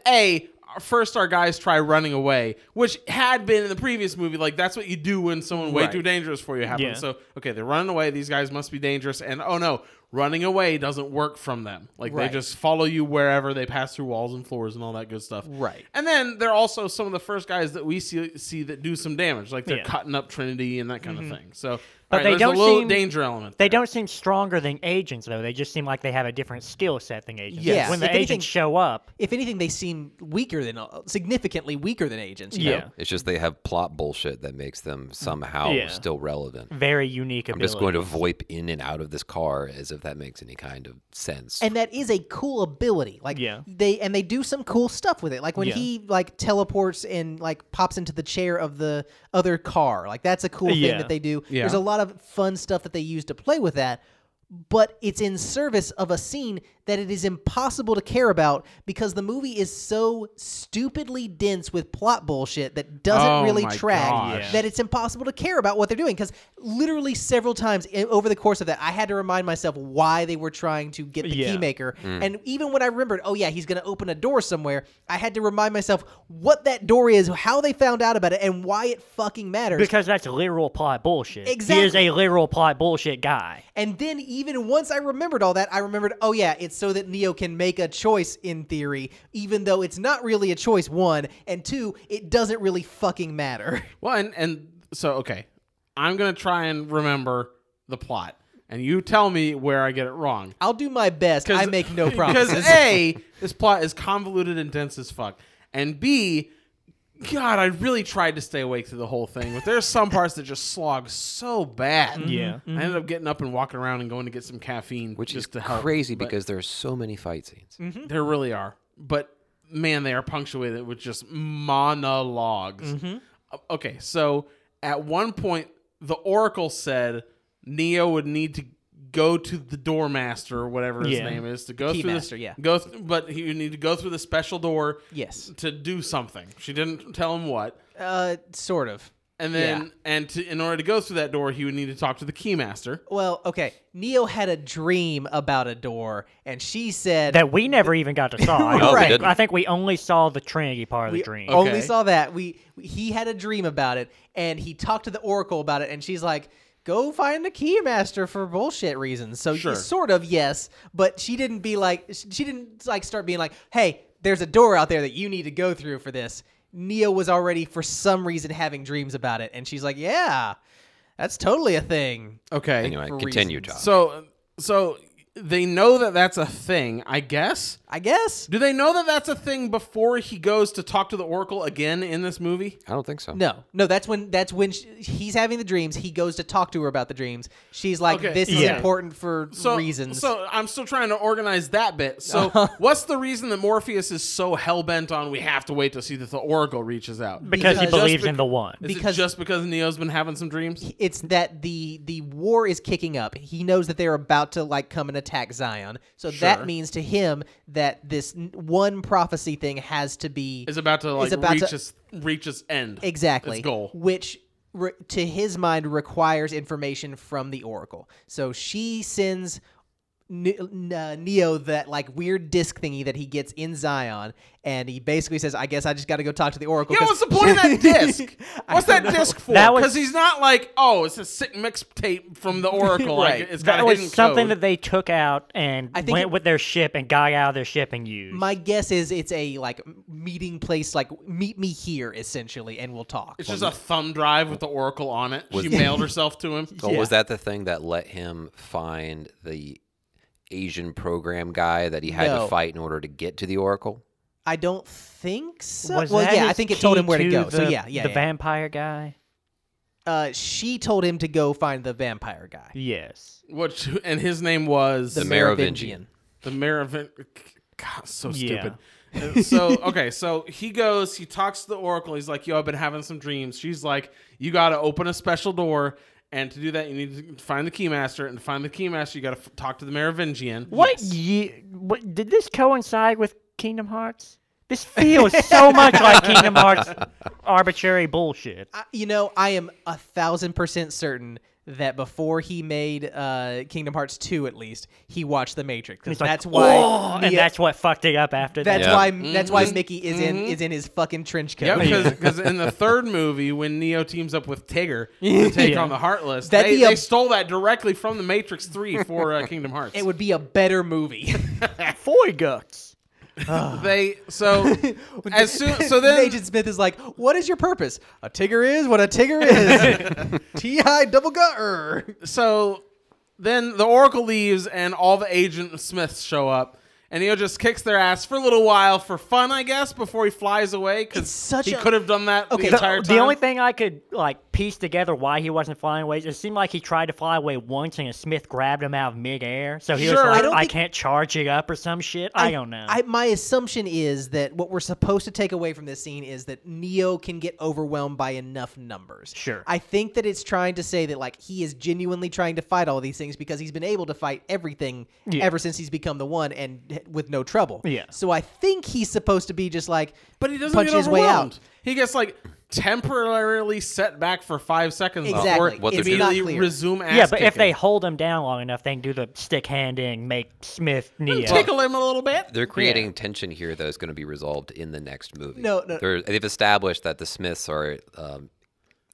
Speaker 1: a first our guys try running away, which had been in the previous movie. Like that's what you do when someone way too dangerous for you happens.
Speaker 3: Yeah.
Speaker 1: So okay, they're running away. These guys must be dangerous, and oh no, running away doesn't work from them. Like
Speaker 2: Right.
Speaker 1: they just follow you wherever they pass through walls and floors and all that good stuff.
Speaker 2: Right.
Speaker 1: And then they're also some of the first guys that we see see that do some damage. Like they're
Speaker 3: Yeah. Mm-hmm.
Speaker 1: cutting up Trinity and that kind of thing. So
Speaker 3: But
Speaker 1: alright,
Speaker 3: they
Speaker 1: there's
Speaker 3: don't
Speaker 1: a little
Speaker 3: seem-
Speaker 1: danger element.
Speaker 3: They
Speaker 1: there.
Speaker 3: don't seem stronger than agents, though. They just seem like they have a different skill set than agents.
Speaker 2: Yes.
Speaker 3: When the
Speaker 2: If
Speaker 3: agents
Speaker 2: anything-
Speaker 3: show up,
Speaker 2: If anything, they seem weaker than uh, significantly weaker than agents. you know?
Speaker 3: yeah,
Speaker 4: It's just they have plot bullshit that makes them somehow
Speaker 3: Yeah.
Speaker 4: still relevant.
Speaker 3: very unique
Speaker 4: I'm
Speaker 3: ability.
Speaker 4: just going to VoIP in and out of this car as if that makes any kind of sense.
Speaker 2: and that is a cool ability like
Speaker 3: Yeah.
Speaker 2: they and they do some cool stuff with it like when
Speaker 3: Yeah.
Speaker 2: he like teleports and like pops into the chair of the other car like that's a cool thing
Speaker 3: Yeah.
Speaker 2: that they do
Speaker 1: Yeah.
Speaker 2: there's a lot of fun stuff that they use to play with that but it's in service of a scene that it is impossible to care about because the movie is so stupidly dense with plot bullshit that doesn't
Speaker 1: Oh
Speaker 2: really
Speaker 1: my
Speaker 2: track
Speaker 1: gosh.
Speaker 2: that it's impossible to care about what they're doing because literally several times i- over the course of that i had to remind myself why they were trying to get the
Speaker 3: Yeah.
Speaker 2: keymaker and even when i remembered oh yeah he's going to open a door somewhere i had to remind myself what that door is how they found out about it and why it fucking matters
Speaker 3: Because that's literal plot bullshit. He is
Speaker 2: Exactly.
Speaker 3: a literal plot bullshit guy.
Speaker 2: and then even once i remembered all that i remembered oh yeah it's so that neo can make a choice in theory even though it's not really a choice one and two it doesn't really fucking matter
Speaker 1: Well, and and so okay, I'm gonna try and remember the plot, and you tell me where I get it wrong.
Speaker 2: i'll do my best i make no promises
Speaker 1: Because A, this plot is convoluted and dense as fuck. And B, God, I really tried to stay awake through the whole thing, but there's some parts that just slog so bad.
Speaker 3: Yeah.
Speaker 1: I ended up getting up and walking around and going to get some caffeine,
Speaker 4: which
Speaker 1: just
Speaker 4: is
Speaker 1: to help.
Speaker 4: crazy
Speaker 1: but
Speaker 4: because there are so many fight scenes.
Speaker 1: there really are. But man, they are punctuated with just monologs Okay, so at one point, the Oracle said Neo would need to go to the Doormaster or whatever his
Speaker 3: Yeah.
Speaker 1: name is to go through
Speaker 2: Keymaster,
Speaker 1: this,
Speaker 2: yeah.
Speaker 1: Go, th- but he would need to go through the special door.
Speaker 2: Yes.
Speaker 1: To do something, she didn't tell him what.
Speaker 2: uh sort of
Speaker 1: And then, and to, in order to go through that door, he would need to talk to the Keymaster.
Speaker 2: Well, okay. Neo had a dream about a door, and she said
Speaker 3: That we never even got to saw.
Speaker 4: No, we
Speaker 2: Right.
Speaker 4: didn't.
Speaker 3: I think we only saw the Trinity part of the dream.
Speaker 2: only
Speaker 1: Okay.
Speaker 2: saw that. Oh, We he had a dream about it, and he talked to the Oracle about it, and she's like, "Go find the Keymaster for bullshit reasons." So
Speaker 1: Sure.
Speaker 2: sort of yes, but she didn't be like she didn't like start being like, "Hey, there's a door out there that you need to go through for this." Neo was already for some reason having dreams about it, and she's like, "Yeah, that's totally a thing."
Speaker 1: Okay.
Speaker 4: Anyway, continue, John.
Speaker 1: So, so they know that that's a thing, I guess.
Speaker 2: I guess.
Speaker 1: Do they know that that's a thing before he goes to talk to the Oracle again in this movie?
Speaker 4: I don't think so.
Speaker 2: No, no. That's when that's when sh he's having the dreams. He goes to talk to her about the dreams. She's like,
Speaker 1: Okay,
Speaker 2: "This is
Speaker 3: yeah.
Speaker 2: important for
Speaker 1: So,
Speaker 2: reasons." Uh-huh.
Speaker 1: So I'm still trying to organize that bit. So what's the reason that Morpheus is so hell bent on we have to wait to see that the Oracle reaches out?
Speaker 3: because he
Speaker 2: Because-
Speaker 3: believes
Speaker 1: Just
Speaker 3: in the one.
Speaker 1: is
Speaker 2: because-
Speaker 1: it just because Neo's been having some dreams?
Speaker 2: it's that the the war is kicking up. He knows that they're about to like come and attack Zion. So that
Speaker 1: Sure.
Speaker 2: means to him that this n- one prophecy thing has to be
Speaker 1: Is about to like
Speaker 2: is about
Speaker 1: reach
Speaker 2: to-
Speaker 1: its reach its end.
Speaker 2: exactly
Speaker 1: Its goal.
Speaker 2: which re- to his mind requires information from the oracle so she sends Ne- N- uh, neo that like weird disc thingy that he gets in zion and he basically says i guess i just got to go talk to the oracle
Speaker 1: Yeah, what's
Speaker 2: 'cause-
Speaker 1: the point of that disc?
Speaker 2: I
Speaker 1: What's
Speaker 2: don't
Speaker 1: that
Speaker 2: know.
Speaker 1: disc for?
Speaker 3: That was-
Speaker 1: Because he's not like, oh, it's a sick mixtape from the Oracle. like,
Speaker 2: Right.
Speaker 1: it's got
Speaker 3: That
Speaker 1: a
Speaker 3: was
Speaker 1: hidden
Speaker 3: something
Speaker 1: code.
Speaker 3: that they took out and
Speaker 2: I think
Speaker 3: went
Speaker 2: it-
Speaker 3: with their ship and got out of their ship and used.
Speaker 2: my guess is it's a like m- meeting place like meet me here essentially and we'll talk
Speaker 1: It's just a thumb drive with the Oracle on it. She mailed herself to him.
Speaker 4: So was that the thing that let him find the Asian program guy that he had
Speaker 2: No.
Speaker 4: to fight in order to get to the Oracle?
Speaker 2: i don't think so
Speaker 3: Was
Speaker 2: well
Speaker 3: that
Speaker 2: yeah i
Speaker 3: his
Speaker 2: think it told
Speaker 3: key
Speaker 2: him where to
Speaker 3: to
Speaker 2: go
Speaker 3: the,
Speaker 2: so yeah yeah,
Speaker 3: the
Speaker 2: yeah.
Speaker 3: vampire guy.
Speaker 2: uh, she told him to go find the vampire guy
Speaker 3: Yes.
Speaker 1: Which and his name was
Speaker 2: the
Speaker 1: the,
Speaker 2: Merovingian.
Speaker 4: Merovingian.
Speaker 1: mayor of God, so
Speaker 3: Yeah.
Speaker 1: stupid. Uh, so okay, so he goes, he talks to the Oracle. He's like, "Yo, I've been having some dreams." She's like, "You got to open a special door." And to do that, you need to find the keymaster, and to find the keymaster, you got to f- talk to the Merovingian.
Speaker 3: What year? What, did this coincide with Kingdom Hearts? This feels so much like Kingdom Hearts arbitrary bullshit.
Speaker 2: I, you know, I am a thousand percent certain that before he made uh, Kingdom Hearts 2, at least, he watched The Matrix. 'Cause
Speaker 3: like,
Speaker 2: that's why.
Speaker 3: "Oh," and
Speaker 2: Neo-
Speaker 3: that's what fucked it up after
Speaker 2: that's
Speaker 3: that.
Speaker 4: Yeah.
Speaker 2: why. That's why Mickey is in is in his fucking trench coat.
Speaker 1: Yeah, because in the third movie, when Neo teams up with Tigger to take on the Heartless,
Speaker 2: That'd
Speaker 1: they,
Speaker 2: be a-
Speaker 1: they stole that directly from the Matrix Three for uh, Kingdom Hearts.
Speaker 2: It would be a better movie.
Speaker 3: Foy guts.
Speaker 1: they so as soon so then
Speaker 2: Agent Smith is like, "What is your purpose? A tigger is what a tigger is. T I double er. gutter."
Speaker 1: so then the Oracle leaves and all the Agent Smiths show up. And Neo just kicks their ass for a little while for fun, I guess, before he flies away
Speaker 2: It's
Speaker 1: because
Speaker 2: such
Speaker 1: he
Speaker 2: a-
Speaker 1: could have done that the
Speaker 2: Okay, the-
Speaker 1: entire
Speaker 3: the
Speaker 1: time.
Speaker 3: only thing I could like piece together why he wasn't flying away is it seemed like he tried to fly away once and Smith grabbed him out of midair. So he
Speaker 1: Sure.
Speaker 3: was
Speaker 1: I
Speaker 3: like,
Speaker 2: don't
Speaker 3: I,
Speaker 2: think-
Speaker 3: can't charge it up or some shit. I, don't know.
Speaker 2: I, my assumption is that what we're supposed to take away from this scene is that Neo can get overwhelmed by enough numbers.
Speaker 3: Sure.
Speaker 2: I think that it's trying to say that like he is genuinely trying to fight all these things because he's been able to fight everything
Speaker 3: Yeah.
Speaker 2: ever since he's become the one and h- with no trouble.
Speaker 3: Yeah.
Speaker 2: So I think he's supposed to be just like,
Speaker 1: but he doesn't
Speaker 2: punch
Speaker 1: get
Speaker 2: his way
Speaker 1: overwhelmed.
Speaker 2: out.
Speaker 1: He gets like temporarily set back for five seconds
Speaker 2: Exactly.
Speaker 1: before
Speaker 4: What they're doing.
Speaker 1: immediately
Speaker 2: It's not clear.
Speaker 1: resume ass
Speaker 3: yeah, but if they
Speaker 1: kicking.
Speaker 3: hold him down long enough, they can do the stick hand in, make Smith knee.
Speaker 1: tickle him a little bit,
Speaker 4: They're creating tension here that is going to be resolved in the next movie.
Speaker 2: No, no.
Speaker 4: They're, they've established that the Smiths are um,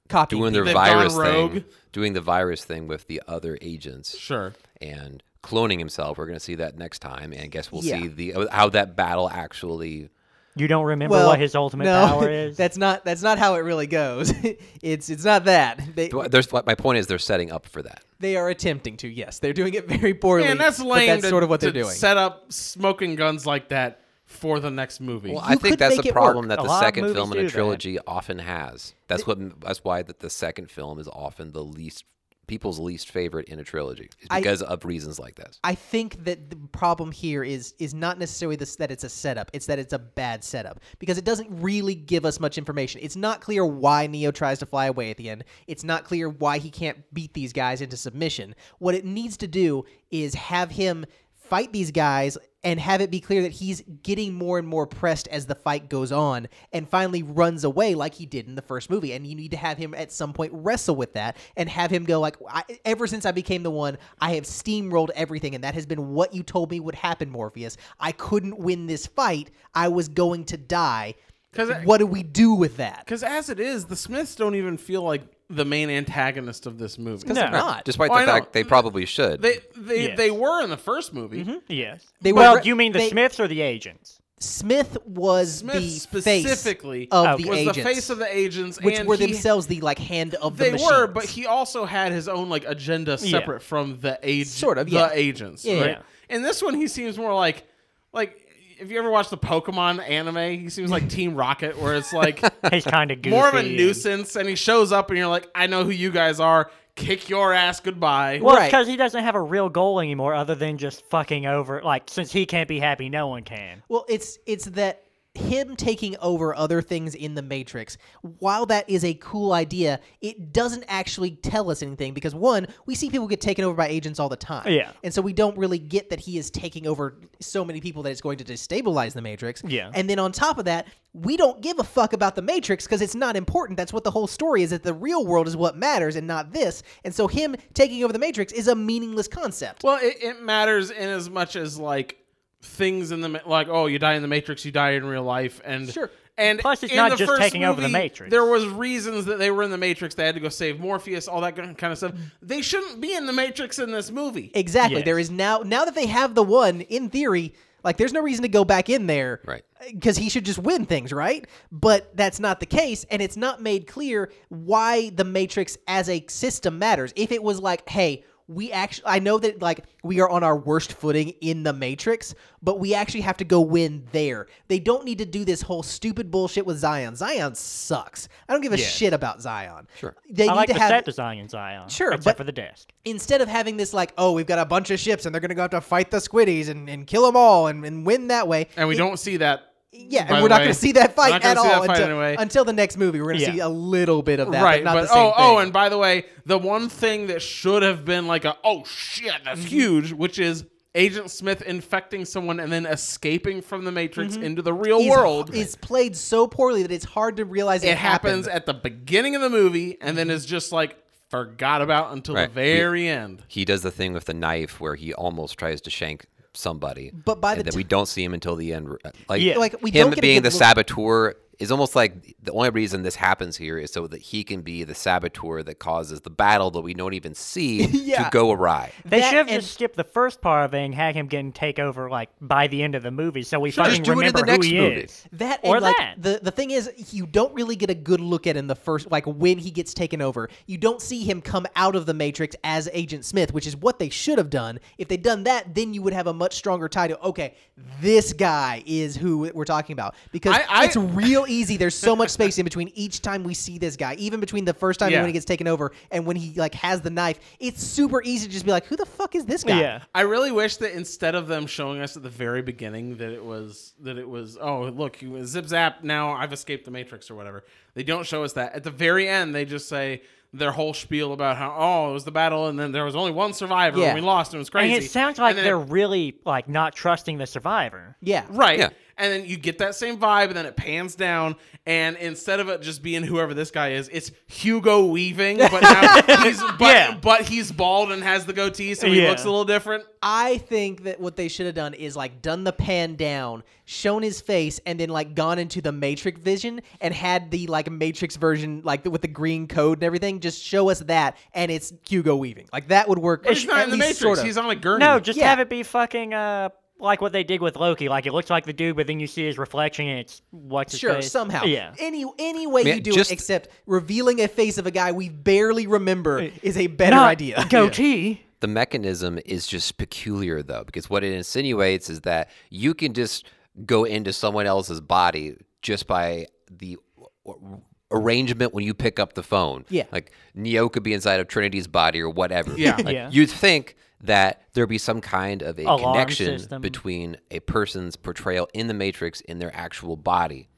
Speaker 2: Copy.
Speaker 4: doing their
Speaker 1: They've gone
Speaker 4: virus
Speaker 1: rogue.
Speaker 4: thing, doing the virus thing with the other agents.
Speaker 1: Sure.
Speaker 4: and cloning himself. We're going to see that next time, and I guess we'll
Speaker 2: Yeah.
Speaker 4: see the how that battle actually.
Speaker 3: You don't remember what his ultimate
Speaker 2: no,
Speaker 3: power is?
Speaker 2: That's not that's not how it really goes. it's it's not that. They
Speaker 4: There's my point is they're setting up for that.
Speaker 2: they are attempting to. Yes, they're doing it very poorly.
Speaker 1: Man, that's
Speaker 2: but
Speaker 1: lame.
Speaker 2: that's
Speaker 1: to-
Speaker 2: sort of what they're
Speaker 1: to
Speaker 2: doing.
Speaker 1: Set up smoking guns like that for the next movie.
Speaker 4: Well,
Speaker 2: You
Speaker 4: I think
Speaker 2: could
Speaker 4: that's
Speaker 2: make
Speaker 4: a
Speaker 2: it
Speaker 4: problem
Speaker 2: work.
Speaker 4: that
Speaker 3: A
Speaker 4: the
Speaker 3: lot of
Speaker 4: second
Speaker 3: movies
Speaker 4: film in
Speaker 3: do
Speaker 4: a
Speaker 3: that.
Speaker 4: trilogy often has. That's what that's why that the second film is often the least people's least favorite in a trilogy is
Speaker 2: I-
Speaker 4: because of reasons like this.
Speaker 2: I think that the problem here is is not necessarily this that it's a setup. It's that it's a bad setup because it doesn't really give us much information. It's not clear why Neo tries to fly away at the end. It's not clear why he can't beat these guys into submission. What it needs to do is have him fight these guys and have it be clear that he's getting more and more pressed as the fight goes on and finally runs away like he did in the first movie and you need to have him at some point wrestle with that and have him go like I, ever since i became the one i have steamrolled everything and that has been what you told me would happen morpheus i couldn't win this fight i was going to die
Speaker 1: 'Cause I-
Speaker 2: what do we do with that
Speaker 1: Because as it is, the Smiths don't even feel like the main antagonist of this movie.
Speaker 2: They're not
Speaker 4: Despite
Speaker 1: Oh, I
Speaker 4: the
Speaker 1: know.
Speaker 4: fact they probably should.
Speaker 1: They they,
Speaker 3: Yes.
Speaker 1: they were in the first movie.
Speaker 2: Mm-hmm.
Speaker 3: yes.
Speaker 2: They were
Speaker 3: well,
Speaker 2: re-
Speaker 3: you mean the
Speaker 2: they-
Speaker 3: Smiths or the agents?
Speaker 2: smith was
Speaker 1: Smith
Speaker 2: the
Speaker 1: specifically
Speaker 2: face of the
Speaker 1: was
Speaker 2: agents
Speaker 1: the face of the agents,
Speaker 2: which
Speaker 1: and
Speaker 2: were
Speaker 1: he-
Speaker 2: themselves the like hand of the
Speaker 1: They were,
Speaker 2: machines.
Speaker 1: but he also had his own like agenda
Speaker 3: Yeah.
Speaker 1: separate from the age,
Speaker 2: Sort of,
Speaker 1: the
Speaker 2: yeah.
Speaker 1: agents.
Speaker 2: Yeah.
Speaker 1: right? In this one, he seems more like like. If you ever watched the Pokemon anime, he seems like Team Rocket, where it's like
Speaker 3: He's kind of goofy.
Speaker 1: more of a
Speaker 3: and-
Speaker 1: nuisance, and he shows up, and you're like, I know who you guys are. Kick your ass goodbye.
Speaker 3: Well,
Speaker 2: Right.
Speaker 3: because he doesn't have a real goal anymore other than just fucking over. Like, since he can't be happy, no one can.
Speaker 2: Well, it's it's that him taking over other things in the Matrix, while that is a cool idea, it doesn't actually tell us anything because one, we see people get taken over by agents all the time.
Speaker 3: Yeah.
Speaker 2: And so we don't really get that he is taking over so many people that it's going to destabilize the Matrix.
Speaker 3: Yeah.
Speaker 2: And then on top of that, we don't give a fuck about the Matrix because it's not important. That's what the whole story is that the real world is what matters and not this. And so him taking over the Matrix is a meaningless concept.
Speaker 1: Well, it, it matters in as much as like things in the ma- like oh you die in the Matrix, you die in real life, and
Speaker 2: Sure.
Speaker 1: And
Speaker 3: Plus, it's
Speaker 1: in
Speaker 3: not
Speaker 1: the
Speaker 3: just
Speaker 1: first
Speaker 3: taking over the
Speaker 1: movie,
Speaker 3: Matrix.
Speaker 1: There was reasons that they were in the Matrix. They had to go save Morpheus, all that kind of stuff. They shouldn't be in the Matrix in this movie.
Speaker 2: Exactly.
Speaker 3: Yes.
Speaker 2: There is now now that they have the one in theory, like there's no reason to go back in there,
Speaker 4: Right.
Speaker 2: Because he should just win things, right? But that's not the case, and it's not made clear why the Matrix as a system matters. If it was like, hey. We actually, I know that like we are on our worst footing in the Matrix, but we actually have to go win there. They don't need to do this whole stupid bullshit with Zion. Zion sucks. I don't give a shit about Zion. Sure, they
Speaker 3: I
Speaker 2: need
Speaker 3: like
Speaker 2: to
Speaker 3: the
Speaker 2: have
Speaker 3: set design in Zion.
Speaker 2: Sure,
Speaker 3: except
Speaker 2: but-
Speaker 3: for the desk.
Speaker 2: instead of having this like, oh, we've got a bunch of ships and they're gonna go out to fight the squiddies and, and kill them all and, and win that way.
Speaker 1: And we don't see that.
Speaker 2: Yeah,
Speaker 1: by
Speaker 2: and
Speaker 1: the
Speaker 2: we're not
Speaker 1: way.
Speaker 2: gonna see that
Speaker 1: We're
Speaker 2: fight
Speaker 1: not
Speaker 2: at
Speaker 1: gonna see
Speaker 2: all
Speaker 1: that fight
Speaker 2: until,
Speaker 1: anyway.
Speaker 2: until the next movie. We're gonna see
Speaker 3: Yeah.
Speaker 2: a little bit of that,
Speaker 1: right,
Speaker 2: but not
Speaker 1: but
Speaker 2: the same
Speaker 1: oh, oh,
Speaker 2: thing.
Speaker 1: and by the way, the one thing that should have been like a oh shit, that's
Speaker 3: Mm-hmm.
Speaker 1: huge, which is Agent Smith infecting someone and then escaping from the Matrix
Speaker 3: Mm-hmm.
Speaker 1: into the real
Speaker 2: Is-
Speaker 1: world
Speaker 2: is played so poorly that it's hard to realize it,
Speaker 1: it happens
Speaker 2: happened.
Speaker 1: at the beginning of the movie and then is just like forgot about until
Speaker 4: Right.
Speaker 1: the very end.
Speaker 4: He does the thing with the knife where he almost tries to shank somebody.
Speaker 2: But by
Speaker 4: and
Speaker 2: the
Speaker 4: then we don't see him until the end. Uh, Like,
Speaker 3: Yeah.
Speaker 2: Like, we
Speaker 4: him
Speaker 2: don't get a
Speaker 4: being
Speaker 2: good
Speaker 4: the
Speaker 2: look-
Speaker 4: saboteur is almost like the only reason this happens here is so that he can be the saboteur that causes the battle that we don't even see
Speaker 2: Yeah.
Speaker 4: to go awry.
Speaker 3: They
Speaker 2: That
Speaker 3: should have
Speaker 2: and-
Speaker 3: just skipped the first part of it and had him getting take over like by the end of the movie, so we
Speaker 4: Just
Speaker 3: fucking
Speaker 4: do it in the
Speaker 3: remember
Speaker 4: next
Speaker 3: who he
Speaker 4: movie.
Speaker 3: is.
Speaker 2: That
Speaker 3: Or
Speaker 2: and like
Speaker 3: that.
Speaker 2: the the thing is, you don't really get a good look at him the first like when he gets taken over. You don't see him come out of the Matrix as Agent Smith, which is what they should have done. If they'd done that, then you would have a much stronger tie to okay, this guy is who we're talking about because
Speaker 1: I- I-
Speaker 2: it's real easy. There's so much space in between each time we see this guy, even between the first time
Speaker 1: Yeah.
Speaker 2: when he gets taken over and when he like has the knife. It's super easy to just be like, who the fuck is this guy?
Speaker 3: Yeah.
Speaker 1: I really wish that instead of them showing us at the very beginning that it was that it was oh look you zip zap now I've escaped the matrix or whatever they don't show us that at the very end they just say their whole spiel about how oh it was the battle and then there was only one survivor
Speaker 2: Yeah.
Speaker 1: and we lost and it was crazy
Speaker 3: And it sounds like
Speaker 1: then
Speaker 3: they're
Speaker 1: it-
Speaker 3: really like not trusting the survivor.
Speaker 2: Yeah.
Speaker 1: right
Speaker 4: Yeah.
Speaker 1: and then you get that same vibe and then it pans down and instead of it just being whoever this guy is it's Hugo Weaving but now he's but,
Speaker 3: Yeah.
Speaker 1: but he's bald and has the goatee so he
Speaker 3: Yeah.
Speaker 1: looks a little different
Speaker 2: I think that what they should have done is like done the pan down, shown his face, and then like gone into the Matrix vision and had the like Matrix version, like with the green code and everything, just show us that, and it's Hugo Weaving. Like that would work.
Speaker 1: he's not
Speaker 2: at
Speaker 1: in the
Speaker 2: least
Speaker 1: matrix
Speaker 2: sort of.
Speaker 1: he's on a gurney
Speaker 3: No, just
Speaker 2: Yeah.
Speaker 3: have it be fucking uh like what they did with Loki. Like it looks like the dude, but then you see his reflection and it's what's his
Speaker 2: sure
Speaker 3: face.
Speaker 2: somehow.
Speaker 3: Yeah.
Speaker 2: Any any way
Speaker 4: mean,
Speaker 2: you do
Speaker 4: just-
Speaker 2: it, except revealing a face of a guy we barely remember is a better
Speaker 3: Not
Speaker 2: idea.
Speaker 3: Goatee.
Speaker 4: the mechanism is just peculiar though because what it insinuates is that you can just go into someone else's body just by the w- arrangement when you pick up the phone
Speaker 2: Yeah.
Speaker 4: like neo could be inside of trinity's body or whatever
Speaker 1: Yeah.
Speaker 4: Like,
Speaker 3: Yeah.
Speaker 4: you'd think that there'd be some kind of a
Speaker 3: Alarm
Speaker 4: connection
Speaker 3: system.
Speaker 4: between a person's portrayal in the matrix and their actual body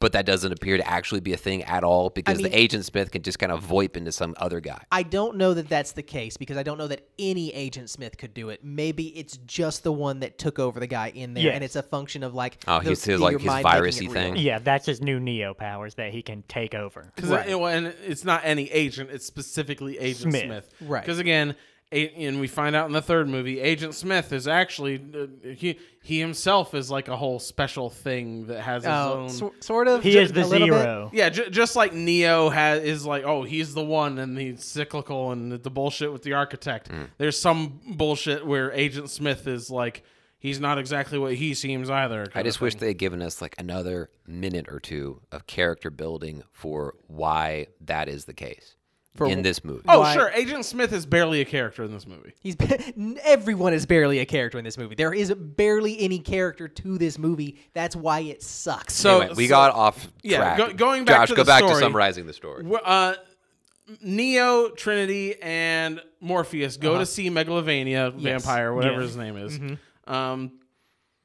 Speaker 4: but that doesn't appear to actually be a thing at all because
Speaker 2: mean-
Speaker 4: the agent smith can just kind of voip into some other guy
Speaker 2: I don't know that that's the case because I don't know that any agent Smith could do it. Maybe it's just the one that took over the guy in there, and
Speaker 3: Yes.
Speaker 2: it's a function of like
Speaker 4: Oh,
Speaker 2: the-
Speaker 4: he's-
Speaker 2: your
Speaker 4: his, like, his
Speaker 2: mind making it
Speaker 4: virusy
Speaker 2: real.
Speaker 4: thing.
Speaker 3: Yeah, that's his new Neo powers that he can take over.
Speaker 1: Because and it's not any agent; it's specifically Agent
Speaker 3: Smith.
Speaker 1: Smith.
Speaker 2: Right.
Speaker 1: Because again, a, and we find out in the third movie, Agent Smith is actually uh, he he himself is like a whole special thing that has his
Speaker 2: Oh,
Speaker 1: own.
Speaker 2: so- sort of.
Speaker 3: He
Speaker 2: ju-
Speaker 3: is the
Speaker 2: a little bit.
Speaker 3: zero.
Speaker 1: yeah, ju- just like Neo has is like, oh, he's the one, and the cyclical and the bullshit with the architect. There's some bullshit where Agent Smith is like, he's not exactly what he seems either.
Speaker 4: I
Speaker 1: kind
Speaker 4: just
Speaker 1: of
Speaker 4: wish
Speaker 1: thing.
Speaker 4: they had given us like another minute or two of character building for why that is the case in this movie.
Speaker 1: Oh,
Speaker 2: Why-
Speaker 1: sure. Agent Smith is barely a character in this movie.
Speaker 2: He's everyone is barely a character in this movie. There is barely any character to this movie. That's why it sucks.
Speaker 1: So
Speaker 4: Anyway, we
Speaker 1: so-
Speaker 4: got off
Speaker 1: yeah,
Speaker 4: track.
Speaker 1: go- going back
Speaker 4: Josh,
Speaker 1: to
Speaker 4: go
Speaker 1: the
Speaker 4: back to
Speaker 1: story.
Speaker 4: summarizing the story.
Speaker 1: Wh- Uh, Neo, Trinity, and Morpheus go to see Megalovania vampire, whatever
Speaker 3: Yeah.
Speaker 1: his name is. Um,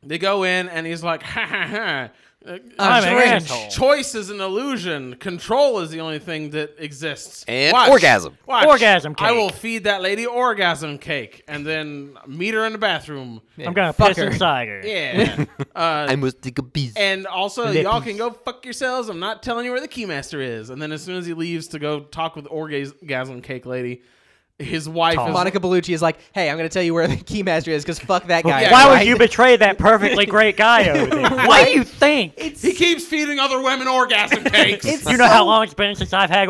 Speaker 1: they go in, and he's like, "Ha ha ha! Uh,
Speaker 3: I'm an
Speaker 1: choice-
Speaker 4: Oh.
Speaker 3: asshole."
Speaker 1: Choice is an illusion. Control is the only thing that exists.
Speaker 4: And orgasm.
Speaker 1: Watch.
Speaker 3: Orgasm
Speaker 1: I
Speaker 3: cake.
Speaker 1: will feed that lady orgasm cake, and then meet her in the bathroom.
Speaker 3: I'm gonna
Speaker 2: fuck
Speaker 3: piss
Speaker 2: her.
Speaker 3: inside her.
Speaker 1: Yeah.
Speaker 4: I must take a piece.
Speaker 1: And also,
Speaker 3: Lippies.
Speaker 1: y'all can go fuck yourselves. I'm not telling you where the keymaster is. And then as soon as he leaves to go talk with orgasm cake lady, his wife is
Speaker 2: Monica Bellucci is like, "Hey, I'm going to tell you where the keymaster is because fuck that guy."
Speaker 1: Yeah,
Speaker 3: Why
Speaker 2: right?
Speaker 3: would you betray that perfectly great guy over there? What do you think?
Speaker 1: He keeps feeding other women orgasm cakes.
Speaker 2: It's
Speaker 3: you know
Speaker 2: so
Speaker 3: how long it's been since I've had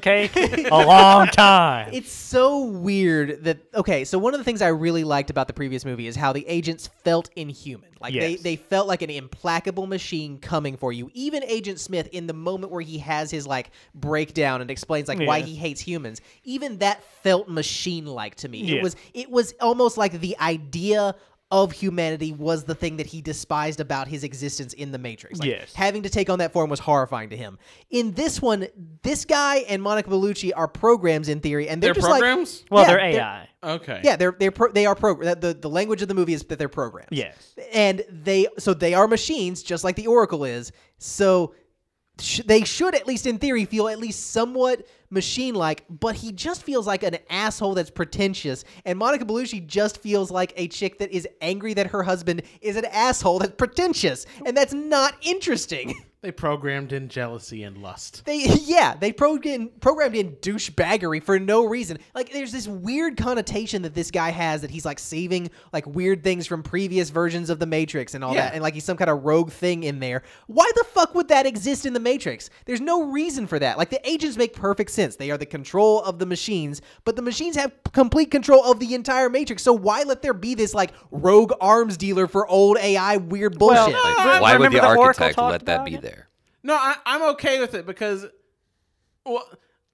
Speaker 3: cake? A long time.
Speaker 2: It's so weird that okay, so one of the things I really liked about the previous movie is how the agents felt inhuman. Like they,
Speaker 3: Yes.
Speaker 2: they felt like an implacable machine coming for you. Even Agent Smith in the moment where he has his like breakdown and explains like why
Speaker 3: Yeah.
Speaker 2: he hates humans, even that felt machine like to me. It
Speaker 3: Yeah.
Speaker 2: was it was almost like the idea of humanity was the thing that he despised about his existence in the Matrix. Like,
Speaker 3: Yes.
Speaker 2: having to take on that form was horrifying to him. In this one, this guy and Monica Bellucci are programs in theory, and they're,
Speaker 1: They're
Speaker 2: just
Speaker 1: programs?
Speaker 2: Like,
Speaker 3: well,
Speaker 2: yeah,
Speaker 3: they're AI.
Speaker 1: okay.
Speaker 2: yeah, they're they're pro, they are pro. The, the language of the movie is that they're programs.
Speaker 3: Yes.
Speaker 2: and they so they are machines, just like the Oracle is. So sh- they should, at least in theory, feel at least somewhat machine-like. But he just feels like an asshole that's pretentious, and Monica Bellucci just feels like a chick that is angry that her husband is an asshole that's pretentious, and that's not interesting.
Speaker 1: They programmed in jealousy and lust.
Speaker 2: They yeah, they programmed in, programmed in douchebaggery for no reason. Like there's this weird connotation that this guy has that he's like saving like weird things from previous versions of the Matrix and all
Speaker 1: Yeah.
Speaker 2: that, and like he's some kind of rogue thing in there. Why the fuck would that exist in the Matrix? There's no reason for that. Like the agents make perfect sense. They are the control of the machines, but the machines have complete control of the entire Matrix. So why let there be this like rogue arms dealer for old AI weird bullshit?
Speaker 4: Like,
Speaker 3: I
Speaker 4: why would
Speaker 3: remember
Speaker 4: the
Speaker 3: the Oracle
Speaker 4: architect
Speaker 3: talked
Speaker 4: let that
Speaker 3: about
Speaker 4: be
Speaker 3: it.
Speaker 4: there?
Speaker 1: No, I, I'm okay with it because, well,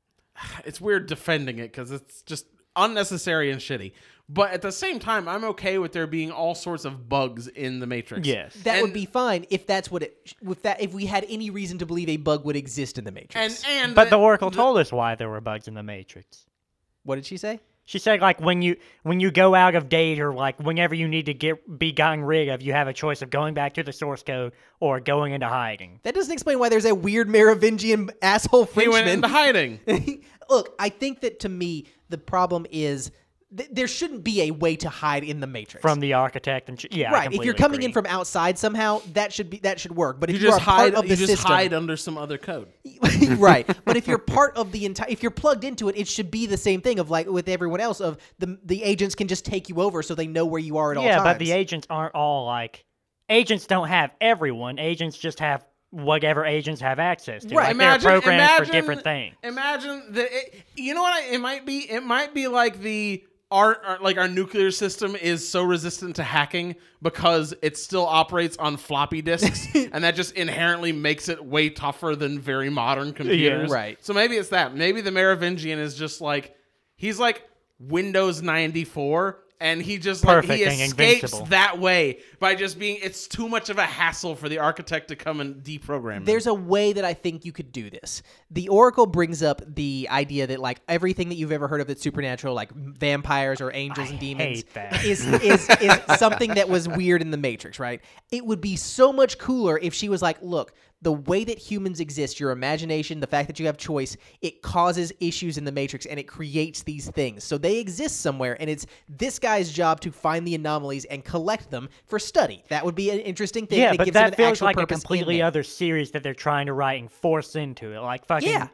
Speaker 1: it's weird defending it because it's just unnecessary and shitty. But at the same time, I'm okay with there being all sorts of bugs in the Matrix.
Speaker 3: Yes.
Speaker 2: That would
Speaker 1: And-
Speaker 2: be fine if that's what it if that if we had any reason to believe a bug would exist in the Matrix.
Speaker 1: And and
Speaker 3: But the
Speaker 1: that-
Speaker 3: Oracle told us why there were bugs in the Matrix.
Speaker 2: what did she say?
Speaker 3: She said like when you when you go out of date or like whenever you need to get be gotten rid of, you have a choice of going back to the source code or going into hiding.
Speaker 2: That doesn't explain why there's a weird Merovingian asshole
Speaker 1: he went
Speaker 2: Frenchman.
Speaker 1: into hiding.
Speaker 2: Look, I think that to me the problem is th- there shouldn't be a way to hide in the Matrix.
Speaker 3: From the architect and sh- yeah, I
Speaker 2: right, if you're
Speaker 3: completely
Speaker 2: coming
Speaker 3: agree.
Speaker 2: in from outside somehow, that should be that should work. But
Speaker 1: You
Speaker 2: if
Speaker 1: just
Speaker 2: are part
Speaker 1: hide.
Speaker 2: of the
Speaker 1: You just
Speaker 2: system,
Speaker 1: hide under some other code.
Speaker 2: right but if you're part of the entire if you're plugged into it it should be the same thing of like with everyone else of the the agents can just take you over so they know where you are at all
Speaker 3: yeah,
Speaker 2: times
Speaker 3: but the agents aren't all like agents don't have everyone. Agents just have whatever agents have access to.
Speaker 2: Right.
Speaker 3: Like, they're programmed for different things.
Speaker 1: Imagine that. It, you know what? I, it might be. It might be like the our, our like our nuclear system is so resistant to hacking because it still operates on floppy disks, and that just inherently makes it way tougher than very modern computers.
Speaker 2: Right.
Speaker 1: So maybe it's that. Maybe the Merovingian is just like he's like Windows ninety four. And he just like he
Speaker 3: Perfect and
Speaker 1: escapes
Speaker 3: invincible.
Speaker 1: that way by just being it's too much of a hassle for the architect to come and deprogram. him.
Speaker 2: there's a way that I think you could do this. The Oracle brings up the idea that like everything that you've ever heard of that's supernatural, like vampires or angels and demons,
Speaker 3: hate that.
Speaker 2: is is is something that was weird in the Matrix, right? It would be so much cooler if she was like, look. The way that humans exist, your imagination, the fact that you have choice, it causes issues in the matrix and it creates these things. So they exist somewhere, and it's this guy's job to find the anomalies and collect them for study. That would be an interesting thing.
Speaker 3: yeah,
Speaker 2: that
Speaker 3: but
Speaker 2: gives him
Speaker 3: that
Speaker 2: an
Speaker 3: feels
Speaker 2: actual
Speaker 3: like a
Speaker 2: purpose in
Speaker 3: completely
Speaker 2: there.
Speaker 3: other series that they're trying to write and force into it. Like fucking.
Speaker 2: Yeah.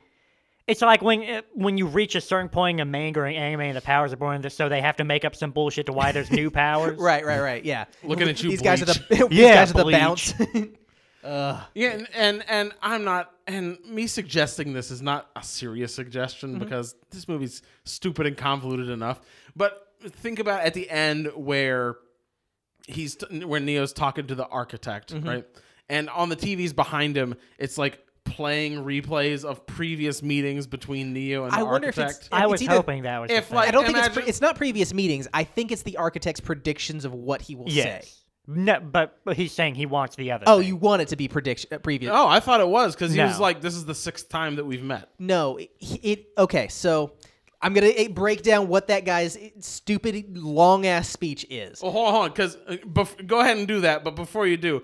Speaker 3: It's like when uh, when you reach a certain point in manga or anime and the powers are born, so they have to make up some bullshit to why there's new powers.
Speaker 2: Right, right, right. Yeah.
Speaker 1: Looking at you,
Speaker 2: These guys are the these
Speaker 3: Yeah,
Speaker 2: guys are the
Speaker 3: bleach.
Speaker 2: bounce.
Speaker 1: Yeah, and, and and I'm not, and me suggesting this is not a serious
Speaker 2: Mm-hmm.
Speaker 1: suggestion because this movie's stupid and convoluted enough. But think about at the end where he's t- where Neo's talking to the architect,
Speaker 2: Mm-hmm.
Speaker 1: right? And on the TVs behind him, it's like playing replays of previous meetings between Neo and
Speaker 2: I
Speaker 1: the
Speaker 2: wonder if
Speaker 1: architect.
Speaker 2: it's
Speaker 3: I
Speaker 2: It's
Speaker 3: was
Speaker 2: either-
Speaker 3: hoping that was the
Speaker 1: if,
Speaker 3: thing.
Speaker 1: like,
Speaker 2: I don't think it's pre-
Speaker 1: Imagine-
Speaker 2: it's not previous meetings. I think it's the architect's predictions of what he will
Speaker 3: yes.
Speaker 2: say.
Speaker 3: No, but, but he's saying he wants the other.
Speaker 2: Oh,
Speaker 3: thing.
Speaker 2: you want it to be prediction uh, previous?
Speaker 1: oh, I thought it was because he was
Speaker 3: No.
Speaker 1: like, "This is the sixth time that we've met."
Speaker 2: No, it, it okay. So I'm gonna eh, break down what that guy's eh, stupid long ass speech is.
Speaker 1: Well, hold on, hold on, because bef- go ahead and do that. But before you do,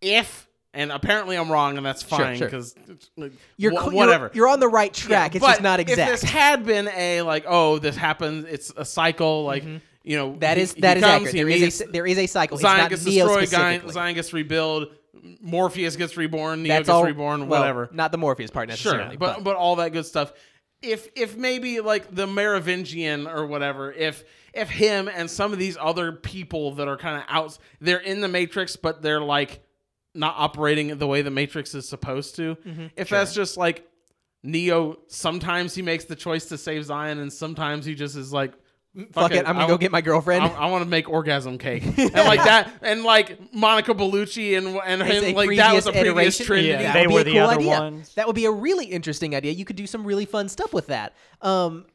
Speaker 1: if and apparently I'm wrong, and that's fine
Speaker 2: sure.
Speaker 1: because like,
Speaker 2: You're
Speaker 1: wha-
Speaker 2: cl- you're-
Speaker 1: whatever.
Speaker 2: You're, on the right track. it's
Speaker 1: But
Speaker 2: just not exact.
Speaker 1: If this had been a like, oh, this happens, it's a cycle. Like you know,
Speaker 2: Mm-hmm. that
Speaker 1: he-
Speaker 2: is that
Speaker 1: he
Speaker 2: is
Speaker 1: comes,
Speaker 2: accurate.
Speaker 1: he
Speaker 2: There is a
Speaker 1: meets,
Speaker 2: c- there is a cycle.
Speaker 1: Zion
Speaker 2: it's
Speaker 1: gets
Speaker 2: not Neo
Speaker 1: destroyed. Zion,
Speaker 2: specifically.
Speaker 1: Zion gets rebuild. Morpheus gets reborn. Neo
Speaker 2: That's
Speaker 1: gets
Speaker 2: all.
Speaker 1: reborn.
Speaker 2: well,
Speaker 1: whatever.
Speaker 2: Not the Morpheus part
Speaker 1: Sure,
Speaker 2: necessarily,
Speaker 1: but, but all that good stuff. If if maybe like the Merovingian or whatever, if if him and some of these other people that are kind of out, they're in the Matrix, but they're like not operating the way the Matrix is supposed to.
Speaker 2: Mm-hmm.
Speaker 1: If that's just like Neo, sometimes he makes the choice to save Zion, and sometimes he just is like, "Fuck,
Speaker 2: Mm, fuck it. I'm gonna
Speaker 1: I-
Speaker 2: go get my girlfriend.
Speaker 1: I, want to make orgasm cake and like that, and like Monica Bellucci and and
Speaker 2: It's
Speaker 1: him,
Speaker 2: a
Speaker 1: like that was
Speaker 2: previous
Speaker 1: a previous
Speaker 2: iteration.
Speaker 1: trinity.
Speaker 3: Yeah.
Speaker 2: That
Speaker 3: They
Speaker 2: would be a
Speaker 3: were the
Speaker 2: cool
Speaker 3: other
Speaker 2: idea.
Speaker 3: ones.
Speaker 2: That would be a really interesting idea. You could do some really fun stuff with that. Um,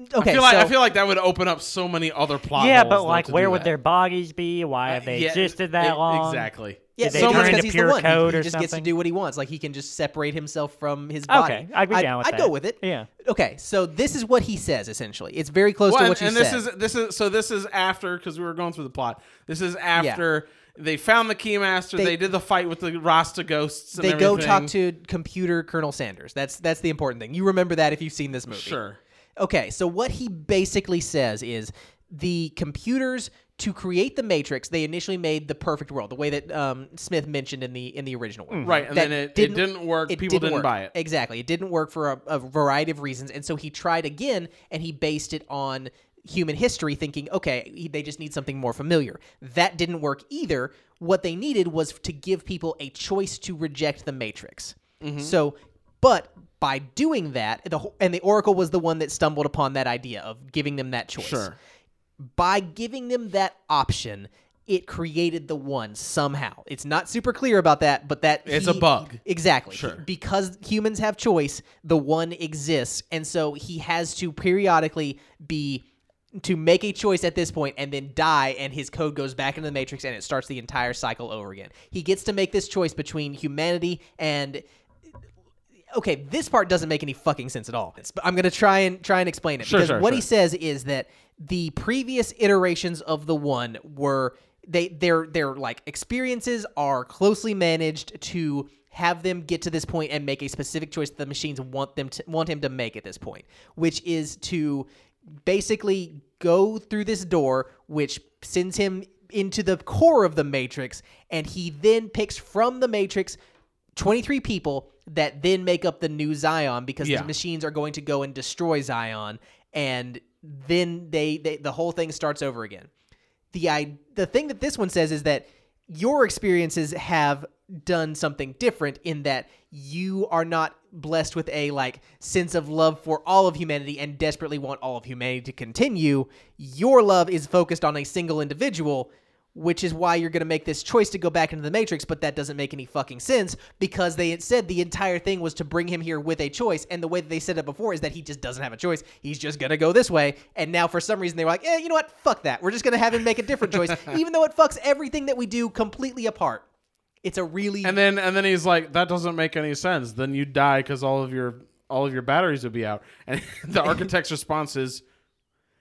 Speaker 2: okay,
Speaker 1: I feel like
Speaker 2: so
Speaker 1: I feel like that would open up so many other plot.
Speaker 3: yeah,
Speaker 1: holes,
Speaker 3: but
Speaker 1: though,
Speaker 3: like,
Speaker 1: to
Speaker 3: where
Speaker 1: do
Speaker 3: would
Speaker 1: that.
Speaker 3: their bodies be?
Speaker 2: Uh,
Speaker 3: Why have they
Speaker 1: Yeah,
Speaker 3: existed
Speaker 1: e-
Speaker 3: that long?
Speaker 1: Exactly.
Speaker 2: yeah,
Speaker 3: they
Speaker 2: so
Speaker 3: turn
Speaker 2: that's
Speaker 3: into
Speaker 2: because he's the
Speaker 3: pure
Speaker 2: one. He-
Speaker 3: code
Speaker 2: he,
Speaker 3: or
Speaker 2: just gets to
Speaker 3: something?
Speaker 2: do what he wants. Like he can just separate himself from his body.
Speaker 3: Okay, I'd be down with
Speaker 2: I'd
Speaker 3: that.
Speaker 2: go with it.
Speaker 3: Yeah.
Speaker 2: Okay, so this is what he says essentially. It's very close
Speaker 1: Well,
Speaker 2: to
Speaker 1: and-
Speaker 2: what you
Speaker 1: and
Speaker 2: said.
Speaker 1: this is this is so this is after because we were going through the plot. This is after they found the keymaster. They,
Speaker 2: They-
Speaker 1: did the fight with the Rasta ghosts. And
Speaker 2: they go
Speaker 1: everything.
Speaker 2: talk to computer Colonel Sanders. That's that's the important thing. You remember that if you've seen this movie.
Speaker 1: Sure.
Speaker 2: Okay, so what he basically says is the computers to create the Matrix, they initially made the perfect world, the way that um, Smith mentioned in the in the original one.
Speaker 1: Mm-hmm. Right, and
Speaker 2: That
Speaker 1: then it- it didn't work, people didn't
Speaker 2: work.
Speaker 1: buy it.
Speaker 2: Exactly, it didn't work for a, a variety of reasons, and so he tried again, and he based it on human history, thinking, okay, he- they just need something more familiar. That didn't work either. What they needed was to give people a choice to reject the Matrix.
Speaker 1: Mm-hmm.
Speaker 2: So, but by doing that, the whole- and the Oracle was the one that stumbled upon that idea of giving them that choice
Speaker 1: Sure.
Speaker 2: by giving them that option, it created the one somehow. It's not super clear about that, but that
Speaker 1: It's a bug.
Speaker 2: Exactly.
Speaker 1: Sure.
Speaker 2: Because humans have choice, the one exists, and so he has to periodically be to make a choice at this point and then die and his code goes back into the matrix and it starts the entire cycle over again. He gets to make this choice between humanity and okay, this part doesn't make any fucking sense at all. It's- but I'm gonna try and try and explain it
Speaker 1: Sure,
Speaker 2: because
Speaker 1: sure,
Speaker 2: what
Speaker 1: sure.
Speaker 2: he says is that the previous iterations of the one were they their their like experiences are closely managed to have them get to this point and make a specific choice that the machines want them to want him to make at this point, which is to basically go through this door, which sends him into the core of the matrix, and he then picks from the matrix 23 people that then make up the new Zion because
Speaker 1: Yeah.
Speaker 2: the machines are going to go and destroy Zion and then they, they the whole thing starts over again. The I, the thing that this one says is that your experiences have done something different in that you are not blessed with a like sense of love for all of humanity and desperately want all of humanity to continue. Your love is focused on a single individual which is why you're going to make this choice to go back into the matrix but that doesn't make any fucking sense because they had said the entire thing was to bring him here with a choice and the way that they said it before is that he just doesn't have a choice he's just going to go this way and now for some reason they were like eh you know what fuck that we're just going to have him make a different choice even though it fucks everything that we do completely apart it's a really
Speaker 1: And then and then he's like, that doesn't make any sense. Then you die because all of your all of your batteries would be out. And the architect's response is,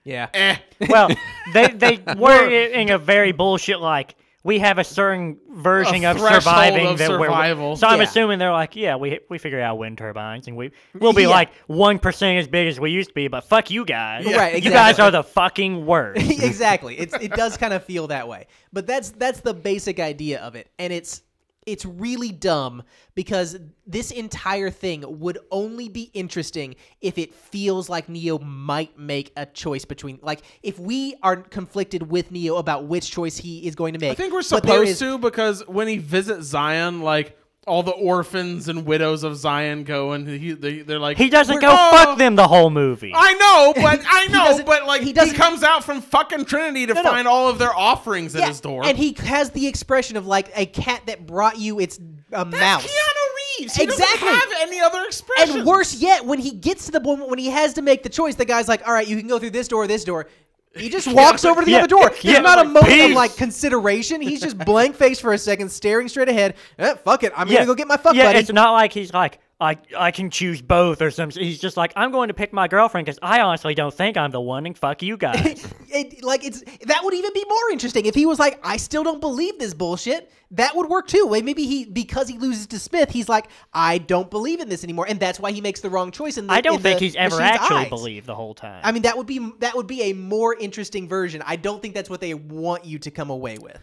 Speaker 2: yeah
Speaker 1: eh.
Speaker 3: Well, they they were in a very bullshit like we have a certain version
Speaker 1: A
Speaker 3: of
Speaker 1: threshold
Speaker 3: surviving
Speaker 1: of
Speaker 3: that
Speaker 1: survival.
Speaker 3: we're. So I'm
Speaker 2: Yeah.
Speaker 3: assuming they're like, yeah, we we figure out wind turbines and we we'll be
Speaker 2: Yeah.
Speaker 3: like one percent as big as we used to be, but fuck you guys,
Speaker 2: Right,
Speaker 3: You guys
Speaker 2: exactly.
Speaker 3: are the fucking worst.
Speaker 2: exactly. It's it does kind of feel that way. But that's that's the basic idea of it. And it's it's really dumb because this entire thing would only be interesting if it feels like Neo might make a choice between like if we are conflicted with Neo about which choice he is going to make.
Speaker 1: I think we're
Speaker 2: but there
Speaker 1: supposed
Speaker 2: is-
Speaker 1: to because when he visits Zion, like all the orphans and widows of Zion go and he, they, they're like,
Speaker 3: He doesn't
Speaker 1: "We're-
Speaker 3: go
Speaker 1: Oh,
Speaker 3: fuck them the whole movie.
Speaker 1: I know, but I know,
Speaker 2: doesn't-
Speaker 1: but like
Speaker 2: he
Speaker 1: he,
Speaker 2: doesn't-
Speaker 1: comes out from fucking Trinity to
Speaker 2: No, no.
Speaker 1: find all of their offerings at
Speaker 2: Yeah,
Speaker 1: his door.
Speaker 2: And he has the expression of like a cat that brought you its a mouse.
Speaker 1: Keanu Reeves. He
Speaker 2: Exactly.
Speaker 1: doesn't have any other expression.
Speaker 2: And worse yet, when he gets to the moment when he has to make the choice, the guy's like, "All right, you can go through this door, or this door." He just walks over to the
Speaker 3: Yeah.
Speaker 2: other door. There's
Speaker 3: Yeah.
Speaker 2: not a
Speaker 3: Like,
Speaker 2: moment of
Speaker 3: peace.
Speaker 2: like consideration. He's just blank faced for a second, staring straight ahead. Eh, fuck it, I'm
Speaker 3: yeah,
Speaker 2: gonna go get my fuck
Speaker 3: yeah,
Speaker 2: buddy.
Speaker 3: it's not like he's like. I, I can choose both or something. He's just like, I'm going to pick my girlfriend because I honestly don't think I'm the one and fuck you guys.
Speaker 2: It- like it's that would even be more interesting if he was like, "I still don't believe this bullshit." That would work too. Like, Maybe he because he loses to Smith, he's like, "I don't believe in this anymore," and that's why he makes the wrong choice. And
Speaker 3: I don't
Speaker 2: in the
Speaker 3: think he's ever
Speaker 2: machine's
Speaker 3: actually
Speaker 2: eyes.
Speaker 3: believed the whole time.
Speaker 2: I mean, that would be that would be a more interesting version. I don't think that's what they want you to come away with.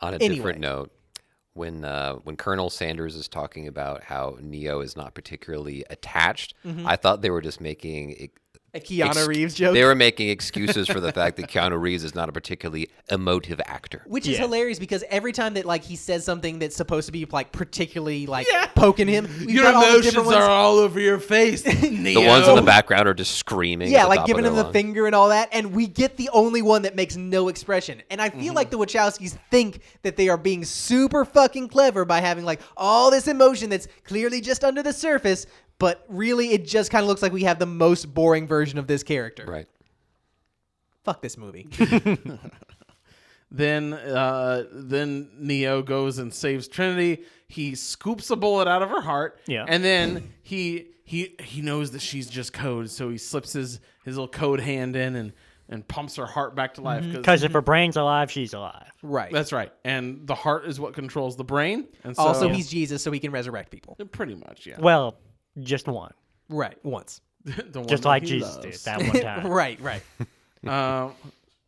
Speaker 4: On a
Speaker 2: Anyway.
Speaker 4: different note, when uh, when Colonel Sanders is talking about how Neo is not particularly attached,
Speaker 1: Mm-hmm.
Speaker 4: I thought they were just making ex-
Speaker 2: A Keanu
Speaker 4: ex-
Speaker 2: Reeves joke,
Speaker 4: They were making excuses for the fact that Keanu Reeves is not a particularly emotive actor.
Speaker 2: which is
Speaker 3: Yeah.
Speaker 2: hilarious because every time that like he says something that's supposed to be like particularly like poking him, we've
Speaker 1: Your
Speaker 2: got all these
Speaker 1: emotions
Speaker 2: different
Speaker 1: are
Speaker 2: ones.
Speaker 1: all over your face.
Speaker 4: The ones
Speaker 1: Oh.
Speaker 4: in the background are just screaming. at
Speaker 2: yeah,
Speaker 4: the
Speaker 2: like
Speaker 4: top
Speaker 2: giving
Speaker 4: of
Speaker 2: him
Speaker 4: their
Speaker 2: the
Speaker 4: lungs.
Speaker 2: finger and all that, and we get the only one that makes no expression. And I feel
Speaker 4: Mm-hmm.
Speaker 2: like the Wachowskis think that they are being super fucking clever by having like all this emotion that's clearly just under the surface, but really it just kind of looks like we have the most boring version of this character.
Speaker 4: Right.
Speaker 2: Fuck this movie.
Speaker 1: Then, uh, then Neo goes and saves Trinity. He scoops a bullet out of her heart.
Speaker 3: Yeah.
Speaker 1: And then he he he knows that she's just code, so he slips his his little code hand in and and pumps her heart back to life.
Speaker 3: Because if her brain's alive, she's alive.
Speaker 2: right.
Speaker 1: that's right. And the heart is what controls the brain. And so,
Speaker 2: also, he's Jesus, so he can resurrect people.
Speaker 1: pretty much yeah.
Speaker 3: Well, just one.
Speaker 2: Right. Once.
Speaker 1: The one
Speaker 3: Just
Speaker 1: that
Speaker 3: like
Speaker 1: he
Speaker 3: Jesus
Speaker 1: loves.
Speaker 3: did that one time.
Speaker 2: Right. Right.
Speaker 1: Um,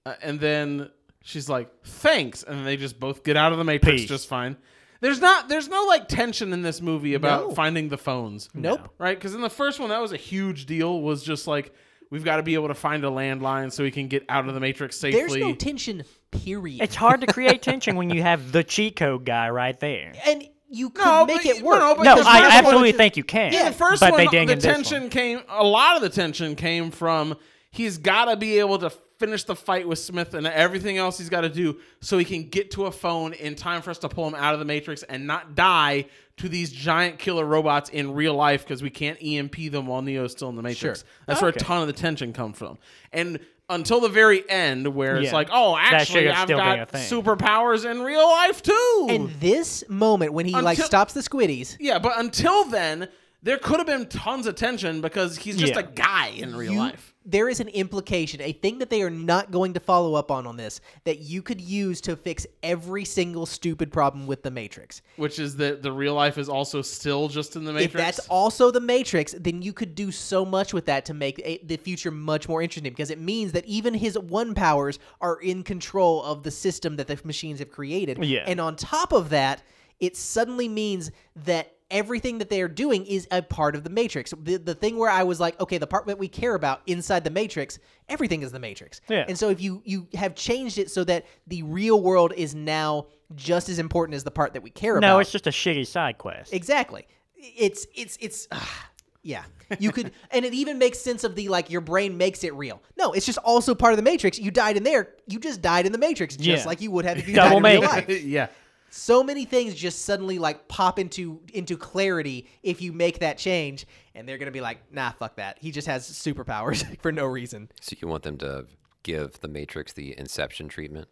Speaker 1: uh, and then She's like, "Thanks," and they just both get out of the matrix
Speaker 3: Peace.
Speaker 1: just fine. There's not there's no like tension in this movie about
Speaker 2: No.
Speaker 1: finding the phones.
Speaker 2: Nope.
Speaker 1: Right? Because in the first one, that was a huge deal. Was just like we've got to be able to find a landline so we can get out of the matrix safely.
Speaker 2: There's no tension, period.
Speaker 3: It's hard to create tension when you have the cheat code guy right there.
Speaker 2: and you could
Speaker 1: No,
Speaker 2: make
Speaker 1: but-
Speaker 2: it work.
Speaker 1: no, but
Speaker 3: No,
Speaker 1: the
Speaker 3: I
Speaker 1: first one-
Speaker 3: absolutely think you can.
Speaker 1: In the first
Speaker 3: but
Speaker 1: one,
Speaker 3: they didn't
Speaker 1: the
Speaker 3: in this
Speaker 1: tension
Speaker 3: one.
Speaker 1: came. A lot of the tension came from he's got to be able to finish the fight with Smith and everything else he's got to do so he can get to a phone in time for us to pull him out of the matrix and not die to these giant killer robots in real life because we can't EMP them while Neo's still in the matrix.
Speaker 2: Sure.
Speaker 1: That's where a ton of the tension come from. And until the very end, where it's
Speaker 3: Yeah.
Speaker 1: like, oh,
Speaker 3: That
Speaker 1: actually,
Speaker 3: should have
Speaker 1: I've
Speaker 3: still been
Speaker 1: got
Speaker 3: a thing.
Speaker 1: superpowers in real life too.
Speaker 2: And this moment when he like
Speaker 1: Until-
Speaker 2: stops the squiddies,
Speaker 1: Yeah, but until then, there could have been tons of tension because he's just
Speaker 3: Yeah.
Speaker 1: a guy in real
Speaker 2: you-
Speaker 1: life.
Speaker 2: there is an implication, a thing that they are not going to follow up on on this that you could use to fix every single stupid problem with the Matrix.
Speaker 1: Which is that the real life is also still just in the Matrix.
Speaker 2: If that's also the Matrix, then you could do so much with that to make a, the future much more interesting because it means that even his one powers are in control of the system that the machines have created.
Speaker 3: Yeah.
Speaker 2: And on top of that, it suddenly means that everything that they are doing is a part of the Matrix. The, the thing where I was like, okay, the part that we care about inside the Matrix, everything is the Matrix.
Speaker 3: Yeah.
Speaker 2: And so if you you have changed it so that the real world is now just as important as the part that we care about.
Speaker 3: No, it's just a shitty side quest.
Speaker 2: Exactly. It's it's it's ah, yeah. You could and it even makes sense of the like your brain makes it real. No, it's just also part of the matrix. You died in there. You just died in the matrix just
Speaker 3: Yeah.
Speaker 2: like you would have if you
Speaker 3: Double
Speaker 2: died in real
Speaker 3: matrix.
Speaker 2: life.
Speaker 1: yeah.
Speaker 2: So many things just suddenly like pop into into clarity if you make that change and they're going to be like, "Nah, fuck that. He just has superpowers for no reason."
Speaker 4: So you want them to give the Matrix the Inception treatment?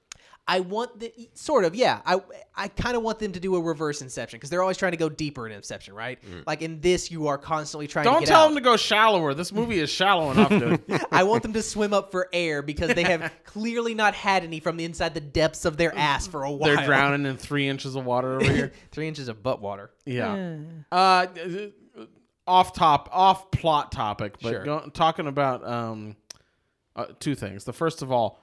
Speaker 2: I want the e, sort of yeah. I I kind of want them to do a reverse Inception because they're always trying to go deeper in Inception, right?
Speaker 3: Mm.
Speaker 2: Like in this, you are constantly trying. to
Speaker 1: Don't
Speaker 2: get
Speaker 1: tell
Speaker 2: out.
Speaker 1: him to go shallower. This movie is shallow enough, dude.
Speaker 2: I want them to swim up for air because they have clearly not had any from the inside the depths of their ass for a while.
Speaker 1: They're drowning in three inches of water over here.
Speaker 2: Three inches of butt water.
Speaker 1: Yeah. Uh, off top, off plot topic, but
Speaker 2: Sure.
Speaker 1: go, talking about um, uh, two things. The first of all,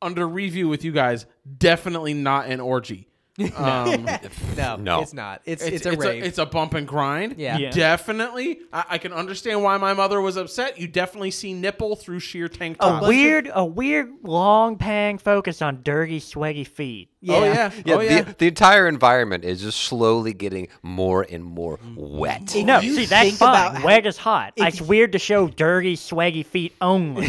Speaker 1: under review with you guys, definitely not an orgy. Um,
Speaker 2: No,
Speaker 4: No.
Speaker 2: it's not. It's it's, a rave.
Speaker 1: it's a bump and grind.
Speaker 2: Yeah.
Speaker 3: Yeah.
Speaker 1: definitely. I, I can understand why my mother was upset. You definitely see nipple through sheer tank
Speaker 2: Oh,
Speaker 3: a
Speaker 1: top.
Speaker 3: weird, a weird, long pang focus on dirty, swaggy feet.
Speaker 1: Oh yeah.
Speaker 4: Yeah,
Speaker 1: oh yeah.
Speaker 4: The, the entire environment is just slowly getting more and more wet.
Speaker 2: It-
Speaker 3: No,
Speaker 2: You
Speaker 3: see that's
Speaker 2: think about
Speaker 3: fine.
Speaker 2: how-
Speaker 3: Wet is hot.
Speaker 2: if
Speaker 3: It's
Speaker 2: you-
Speaker 3: weird to show dirty, swaggy feet only.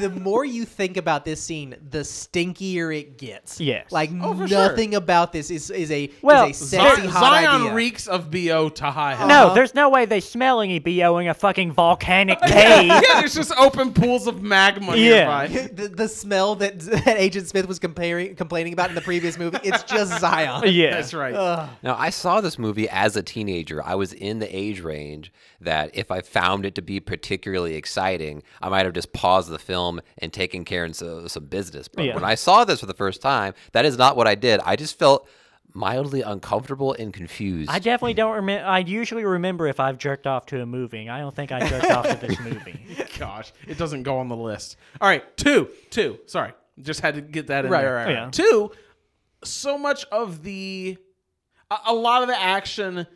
Speaker 2: the more you think about this scene, the stinkier it gets.
Speaker 3: Yes.
Speaker 2: Like
Speaker 1: Oh, for sure.
Speaker 2: nothing about this is is a
Speaker 3: Well,
Speaker 2: is a sexy
Speaker 1: Zion,
Speaker 2: hot
Speaker 1: Zion
Speaker 2: idea.
Speaker 1: reeks of bo to high heaven.
Speaker 3: no, there's no way they smell any bo in a fucking volcanic cave.
Speaker 1: yeah, there's just open pools of magma
Speaker 3: Yeah.
Speaker 1: nearby.
Speaker 2: the, the smell that, that Agent Smith was comparing complaining about in the previous movie, it's just Zion.
Speaker 3: yeah,
Speaker 1: That's right.
Speaker 2: Oh,
Speaker 4: Now, I saw this movie as a teenager. I was in the age range that if I found it to be particularly exciting, I might have just paused the film and taken care of some, some business. But
Speaker 3: Yeah.
Speaker 4: when I saw this for the first time, that is not what I did. I just felt mildly uncomfortable and confused.
Speaker 3: I definitely don't remember. I usually remember if I've jerked off to a movie. and I don't think I jerked off to this movie.
Speaker 1: Gosh, it doesn't go on the list. All right, two, two. Sorry, just had to get that in
Speaker 2: Right,
Speaker 1: there.
Speaker 2: right, right,
Speaker 3: Yeah. right.
Speaker 1: Two. So much of the, a, a lot of the action.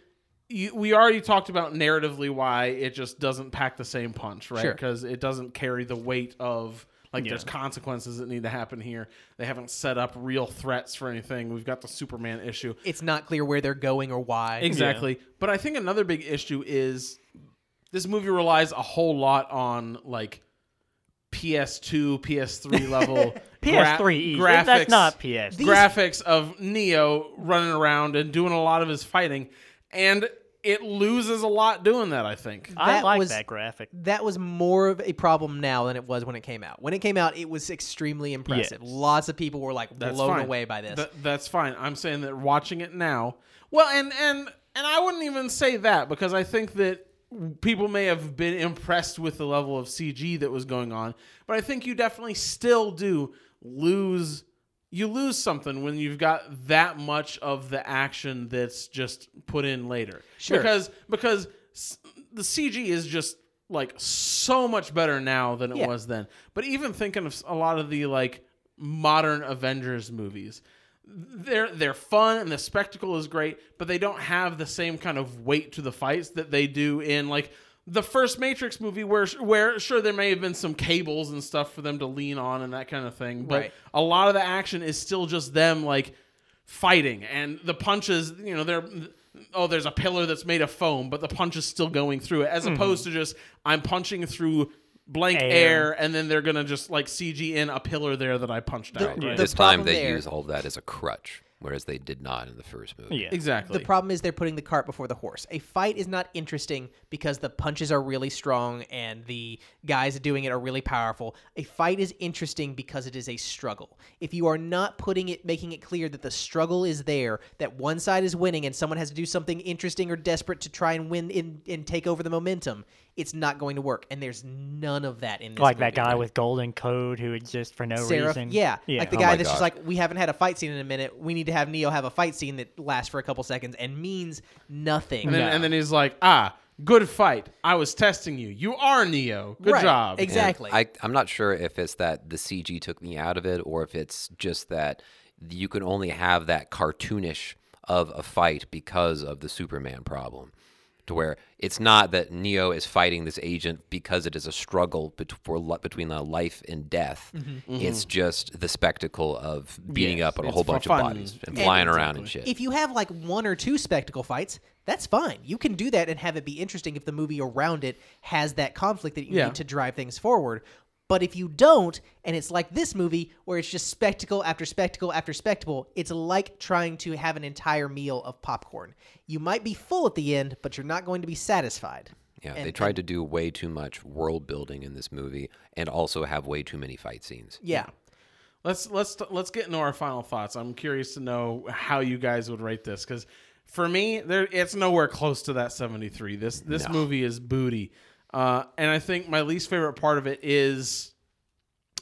Speaker 1: You, we already talked about narratively why it just doesn't pack the same punch, right?
Speaker 2: Sure.
Speaker 1: Because it doesn't carry the weight of like there's consequences that need to happen here. They haven't set up real threats for anything. We've got the Superman issue.
Speaker 2: It's not clear where they're going or why.
Speaker 1: Exactly. But I think another big issue is this movie relies a whole lot on like PS2, PS3 level gra-
Speaker 3: PS3 graphics. That's not PS.
Speaker 1: graphics of Neo running around and doing a lot of his fighting, and it loses a lot doing that. I think.
Speaker 3: I
Speaker 2: That
Speaker 3: like
Speaker 2: was-
Speaker 3: that graphic.
Speaker 2: that was more of a problem now than it was when it came out. When it came out, it was extremely impressive.
Speaker 3: Yes.
Speaker 2: Lots of people were like
Speaker 1: That's
Speaker 2: blown
Speaker 1: fine.
Speaker 2: away by this.
Speaker 1: Th- that's fine. I'm saying that watching it now. Well, and and and I wouldn't even say that because I think that people may have been impressed with the level of CG that was going on, but I think you definitely still do lose you lose something when you've got that much of the action that's just put in later.
Speaker 2: Sure.
Speaker 1: Because because s- the CG is just like so much better now than it
Speaker 2: Yeah.
Speaker 1: was then. But even thinking of s- a lot of the like modern Avengers movies. They're they're fun and the spectacle is great, but they don't have the same kind of weight to the fights that they do in like the first Matrix movie, where where sure there may have been some cables and stuff for them to lean on and that kind of thing, but
Speaker 2: Right.
Speaker 1: a lot of the action is still just them like fighting and the punches. You know, they're oh, there's a pillar that's made of foam, but the punch is still going through it, as
Speaker 2: Mm-hmm.
Speaker 1: opposed to just I'm punching through blank air. and then they're gonna just like CG in a pillar there that I punched out.
Speaker 2: The
Speaker 1: right?
Speaker 4: this
Speaker 2: problem
Speaker 4: time they
Speaker 2: there-
Speaker 4: use all that as a crutch, whereas they did not in the first movie.
Speaker 3: Yeah.
Speaker 1: Exactly.
Speaker 2: The problem is they're putting the cart before the horse. A fight is not interesting because the punches are really strong and the guys doing it are really powerful. A fight is interesting because it is a struggle. If you are not putting it making it clear that the struggle is there, that one side is winning and someone has to do something interesting or desperate to try and win in and take over the momentum, it's not going to work. And there's none of that in this
Speaker 3: Like
Speaker 2: movie.
Speaker 3: that guy with golden code who exists for no
Speaker 2: Seraph,
Speaker 3: reason.
Speaker 2: yeah. like the
Speaker 4: Oh
Speaker 2: guy
Speaker 4: my
Speaker 2: that's just
Speaker 4: gosh.
Speaker 2: like, we haven't had a fight scene in a minute. We need to have Neo have a fight scene that lasts for a couple seconds and means nothing.
Speaker 1: And then, and then he's like, ah, good fight. I was testing you. You are Neo. Good
Speaker 2: Right,
Speaker 1: job.
Speaker 2: ex-
Speaker 4: And
Speaker 2: Exactly.
Speaker 4: I, I'm not sure if it's that the CG took me out of it or if it's just that you can only have that cartoonish of a fight because of the Superman problem. To where it's not that Neo is fighting this agent because it is a struggle bet- for li- between uh, life and death.
Speaker 2: Mm-hmm.
Speaker 4: It's just the spectacle of beating
Speaker 1: Mm-hmm. Yes,
Speaker 4: up on a
Speaker 1: it's
Speaker 4: whole
Speaker 1: for
Speaker 4: bunch of
Speaker 1: fun.
Speaker 4: bodies and
Speaker 1: Yeah,
Speaker 4: flying around and
Speaker 1: exactly.
Speaker 4: shit.
Speaker 2: if you have like one or two spectacle fights, that's fine. You can do that and have it be interesting if the movie around it has that conflict that you
Speaker 1: Yeah.
Speaker 2: need to drive things forward. But if you don't, and it's like this movie where it's just spectacle after spectacle after spectacle, it's like trying to have an entire meal of popcorn. You might be full at the end, but you're not going to be satisfied.
Speaker 4: Yeah,
Speaker 2: And-
Speaker 4: they tried to do way too much world building in this movie and also have way too many fight scenes.
Speaker 2: Yeah.
Speaker 1: Let's let's let's get into our final thoughts. I'm curious to know how you guys would rate this because for me, there it's nowhere close to that 73. This this movie is booty, uh, and I think my least favorite part of it is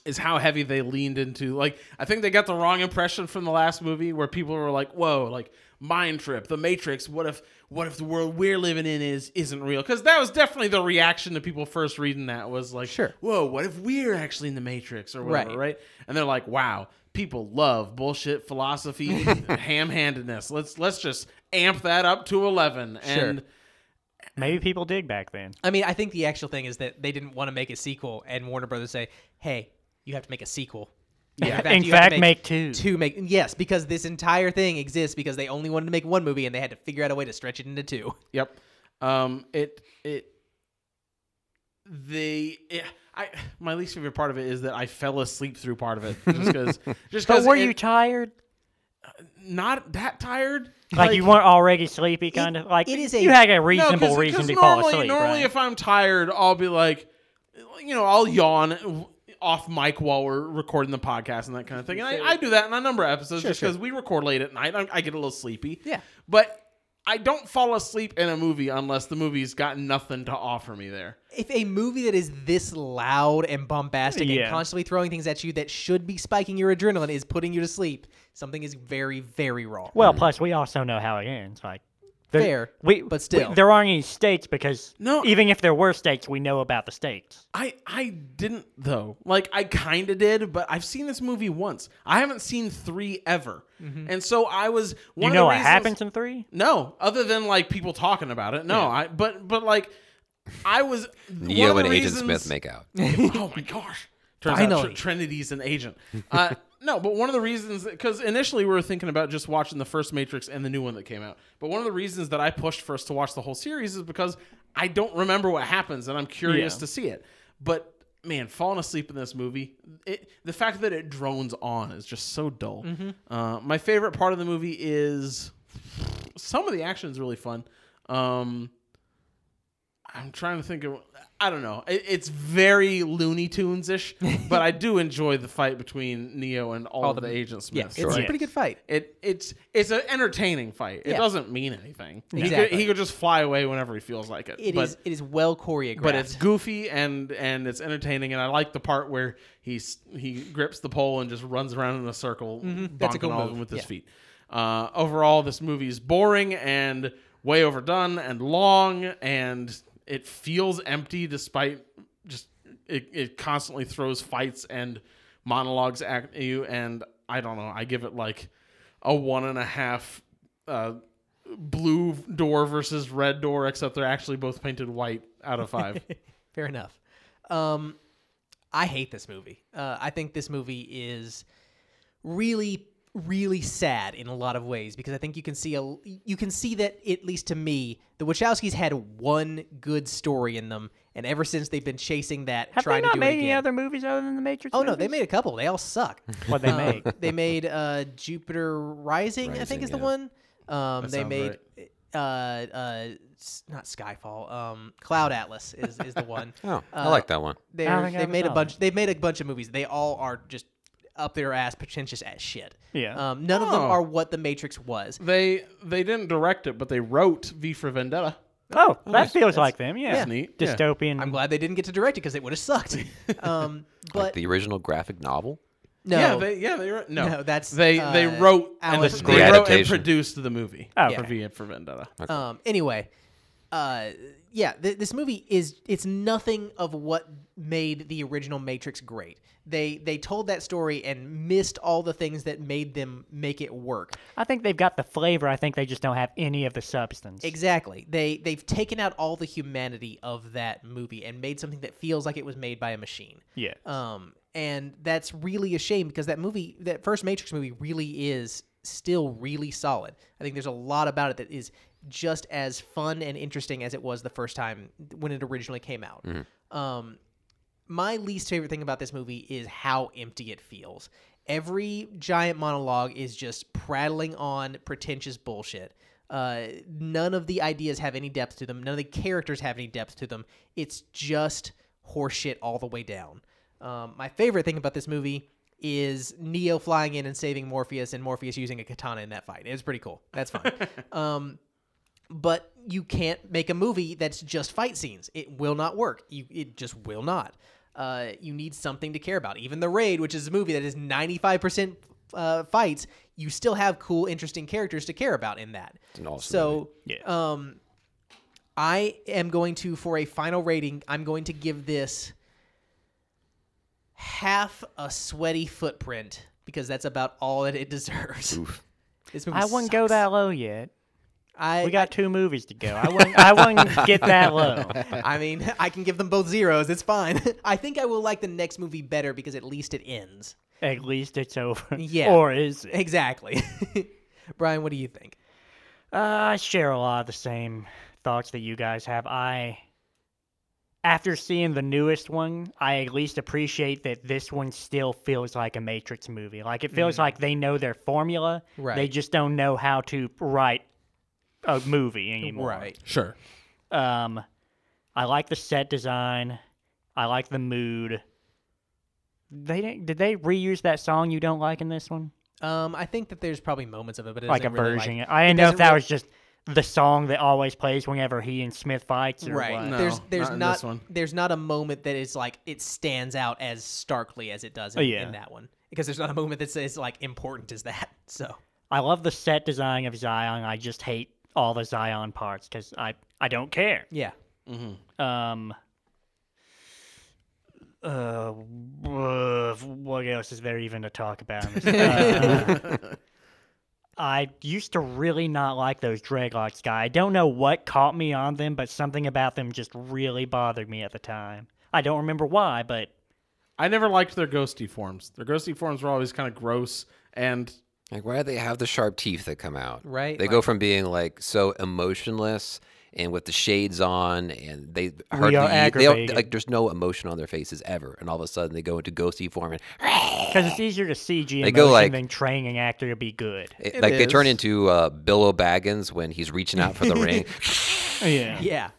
Speaker 1: is how heavy they leaned into. Like I think they got the wrong impression from the last movie where people were like, "Whoa, like mind trip, the Matrix. What if what if the world we're living in is isn't real?" Because that was definitely the reaction to people first reading that was like,
Speaker 2: Sure.
Speaker 1: whoa, what if we're actually in the Matrix or whatever,
Speaker 2: Right.
Speaker 1: right? And they're like, wow, people love bullshit philosophy, ham handedness. Let's let's just amp that up to eleven. And
Speaker 3: Maybe people did back then.
Speaker 2: I mean, I think the actual thing is that they didn't want to make a sequel, and Warner Brothers say, "Hey, you have to make a sequel." Yeah. In fact,
Speaker 3: In
Speaker 2: you have to
Speaker 3: fact, make two.
Speaker 2: Two make yes, because this entire thing exists because they only wanted to make one movie and they had to figure out a way to stretch it into two.
Speaker 1: yep, um, it it the it, I my least favorite part of it is that I fell asleep through part of it just because just
Speaker 3: But
Speaker 1: because
Speaker 3: were you tired?
Speaker 1: not that tired
Speaker 3: Like, you weren't already sleepy, kind of like
Speaker 2: it is a-
Speaker 3: you had a
Speaker 1: No, 'cause-
Speaker 3: reasonable
Speaker 1: 'cause
Speaker 3: reason to
Speaker 1: normally,
Speaker 3: fall asleep.
Speaker 1: Normally,
Speaker 3: right?
Speaker 1: if I'm tired, I'll be like, you know, I'll yawn w- off mic while we're recording the podcast and that kind of thing. And I, I do that in a number of episodes just because we record late at night. I, I get a little sleepy.
Speaker 2: Yeah.
Speaker 1: But I don't fall asleep in a movie unless the movie's got nothing to offer me there.
Speaker 2: If a movie that is this loud and bombastic and
Speaker 3: Yeah.
Speaker 2: constantly throwing things at you that should be spiking your adrenaline is putting you to sleep, something is very, very wrong.
Speaker 3: well, plus we also know how it ends. Like there-
Speaker 2: Fair,
Speaker 3: we,
Speaker 2: but still.
Speaker 3: there aren't any stakes because
Speaker 1: No.
Speaker 3: even if there were stakes, we know about the stakes.
Speaker 1: I I didn't though. Like I kind of did, but I've seen this movie once. I haven't seen 3 ever. And so I was one
Speaker 3: Mm-hmm. you
Speaker 1: of
Speaker 3: know
Speaker 1: the
Speaker 3: what
Speaker 1: reasons-
Speaker 3: happens in three?
Speaker 1: No, other than like people talking about it. No, I but but like I was
Speaker 4: Neo
Speaker 1: one of
Speaker 4: and
Speaker 1: the
Speaker 4: Agent Smith
Speaker 1: reasons-
Speaker 4: make out.
Speaker 1: oh my gosh! Turns out
Speaker 2: Finally.
Speaker 1: Tr- Trinity's an agent. Uh, no, but one of the reasons because initially we were thinking about just watching the first Matrix and the new one that came out. But one of the reasons that I pushed for us to watch the whole series is because I don't remember what happens and I'm curious
Speaker 3: Yeah.
Speaker 1: to see it. But man, falling asleep in this movie, it, the fact that it drones on is just so dull.
Speaker 4: Mm-hmm.
Speaker 1: Uh, my favorite part of the movie is some of the action is really fun. Um, I'm trying to think of. I don't know. It, it's very Looney Tunes ish, but I do enjoy the fight between Neo and all, of the, Agent
Speaker 2: yeah,
Speaker 1: Smiths.
Speaker 2: it's a pretty good fight.
Speaker 1: It it's it's an entertaining fight. It
Speaker 2: Yeah.
Speaker 1: doesn't mean anything. He,
Speaker 2: Exactly.
Speaker 1: could, he could just fly away whenever he feels like it.
Speaker 2: It is.
Speaker 1: but,
Speaker 2: it is well choreographed.
Speaker 1: but it's goofy and and it's entertaining and I like the part where he's he grips the pole and just runs around in a circle,
Speaker 2: That's a
Speaker 1: bonking
Speaker 2: cool
Speaker 1: all of
Speaker 2: move.
Speaker 1: them with his
Speaker 2: Yeah.
Speaker 1: feet. Uh, overall, this movie is boring and way overdone and long and it feels empty despite just it, it constantly throws fights and monologues at you, and I don't know. I give it like a one and a half uh, blue door versus red door, except they're actually both painted white out of five.
Speaker 2: Fair enough. Um, I hate this movie. Uh, I think this movie is really, really sad in a lot of ways because I think you can see a you can see that at least to me, the Wachowskis had one good story in them, and ever since they've been chasing that,
Speaker 3: Have they
Speaker 2: trying
Speaker 3: not
Speaker 2: to do
Speaker 3: made
Speaker 2: it
Speaker 3: any
Speaker 2: again.
Speaker 3: other movies other than the Matrix?
Speaker 2: Oh no, they made a couple. They all suck.
Speaker 3: what they
Speaker 2: Um,
Speaker 3: make.
Speaker 2: they made uh, Jupiter Rising, I think is the
Speaker 4: yeah.
Speaker 2: one. Um,
Speaker 1: That
Speaker 2: they
Speaker 1: sounds
Speaker 2: made uh, uh, s- not Skyfall. Um, Cloud Atlas is, is the one.
Speaker 4: Oh, I
Speaker 2: Uh,
Speaker 4: like that one.
Speaker 2: They
Speaker 3: I don't think I
Speaker 2: they
Speaker 3: ever
Speaker 2: made a
Speaker 3: saw
Speaker 2: bunch. They made a bunch of movies. They all are just up their ass, pretentious as shit.
Speaker 3: Yeah.
Speaker 2: Um, none of them
Speaker 1: Oh.
Speaker 2: are what the Matrix was.
Speaker 1: They they didn't direct it, but they wrote V for Vendetta.
Speaker 3: Oh, that feels like them. Yeah,
Speaker 1: That's neat. Yeah.
Speaker 3: dystopian.
Speaker 2: I'm glad they didn't get to direct it because it would have sucked. Um, but
Speaker 4: Like the original graphic novel.
Speaker 2: no,
Speaker 1: Yeah, they yeah they wrote no.
Speaker 2: No, that's,
Speaker 1: they they
Speaker 2: uh,
Speaker 1: wrote and they
Speaker 2: Alice-
Speaker 4: The
Speaker 1: wrote and
Speaker 4: adaptation.
Speaker 1: produced the movie
Speaker 3: Oh,
Speaker 1: for
Speaker 3: okay.
Speaker 1: V for Vendetta.
Speaker 2: Um, anyway, uh, yeah, th- this movie is it's nothing of what made the original Matrix great. They they told that story and missed all the things that made them make it work.
Speaker 3: I think they've got the flavor. I think they just don't have any of the substance.
Speaker 2: Exactly. They they've taken out all the humanity of that movie and made something that feels like it was made by a machine.
Speaker 3: Yeah.
Speaker 2: Um, and that's really a shame because that movie, that first Matrix movie, really is still really solid. I think there's a lot about it that is just as fun and interesting as it was the first time when it originally came out. Um, my least favorite thing about this movie is how empty it feels. Every giant monologue is just prattling on pretentious bullshit. Uh, none of the ideas have any depth to them. None of the characters have any depth to them. It's just horseshit all the way down. Um, my favorite thing about this movie is Neo flying in and saving Morpheus, and Morpheus using a katana in that fight. It was pretty cool. That's fine. um, but you can't make a movie that's just fight scenes. It will not work. You, it just will not. Uh, you need something to care about. Even The Raid, which is a movie that is 95% uh, fights, you still have cool, interesting characters to care about in that.
Speaker 4: an awesome
Speaker 2: so,
Speaker 3: Yeah.
Speaker 2: um, I am going to, for a final rating, I'm going to give this half a sweaty footprint because that's about all that it deserves. This movie
Speaker 3: I wouldn't go
Speaker 2: sucks.
Speaker 3: that low yet.
Speaker 2: I,
Speaker 3: We got two movies to go. I wouldn't. I wouldn't get that low.
Speaker 2: I mean, I can give them both zeros. It's fine. I think I will like the next movie better because at least it ends.
Speaker 3: At least it's over.
Speaker 2: Yeah.
Speaker 3: Or is it?
Speaker 2: Exactly. Brian, what do you think?
Speaker 3: Uh, I share a lot of the same thoughts that you guys have. I, after seeing the newest one, I at least appreciate that this one still feels like a Matrix movie. Like it feels like they know their formula. They
Speaker 2: Right.
Speaker 3: just don't know how to write a movie anymore.
Speaker 1: Sure.
Speaker 3: Um, I like the set design. I like the mood. They didn't. Did they reuse that song you don't like in this one?
Speaker 2: Um, I think that there's probably moments of it, but it
Speaker 3: like a
Speaker 2: doesn't really
Speaker 3: version.
Speaker 2: Like,
Speaker 3: I didn't
Speaker 2: it
Speaker 3: know if
Speaker 2: doesn't
Speaker 3: that
Speaker 2: really-
Speaker 3: was just the song that always plays whenever he and Smith fights. Or
Speaker 2: right.
Speaker 3: What.
Speaker 1: No,
Speaker 2: there's there's
Speaker 1: not in
Speaker 2: not
Speaker 1: this one.
Speaker 2: there's not a moment that is like it stands out as starkly as it does in,
Speaker 3: Oh, yeah.
Speaker 2: in that one because there's not a moment that's as like important as that. So
Speaker 3: I love the set design of Zion. I just hate all the Zion parts because I I don't care.
Speaker 2: yeah,
Speaker 3: Um. Uh, wha- what else is there even to talk about? in this- Uh, I used to really not like those Dreadlocks guy. I don't know what caught me on them, but something about them just really bothered me at the time. I don't remember why, but
Speaker 1: I never liked their ghosty forms. Their ghosty forms were always kind of gross and
Speaker 4: Like, why do they have the sharp teeth that come out?
Speaker 2: Right,
Speaker 4: They go from being like so emotionless and with the shades on, and they hardly
Speaker 3: are
Speaker 4: they don't,
Speaker 3: aggravated.
Speaker 4: like there's no emotion on their faces ever, and all of a sudden they go into ghosty form and
Speaker 3: because it's easier to CG
Speaker 4: They
Speaker 3: emotion
Speaker 4: go like- Eh,
Speaker 3: than train an actor to be good.
Speaker 4: it-
Speaker 1: It
Speaker 4: like they turn
Speaker 1: is.
Speaker 4: into uh, Bill O'Baggins when he's reaching out for the ring.
Speaker 1: Oh,
Speaker 3: Yeah.
Speaker 2: yeah,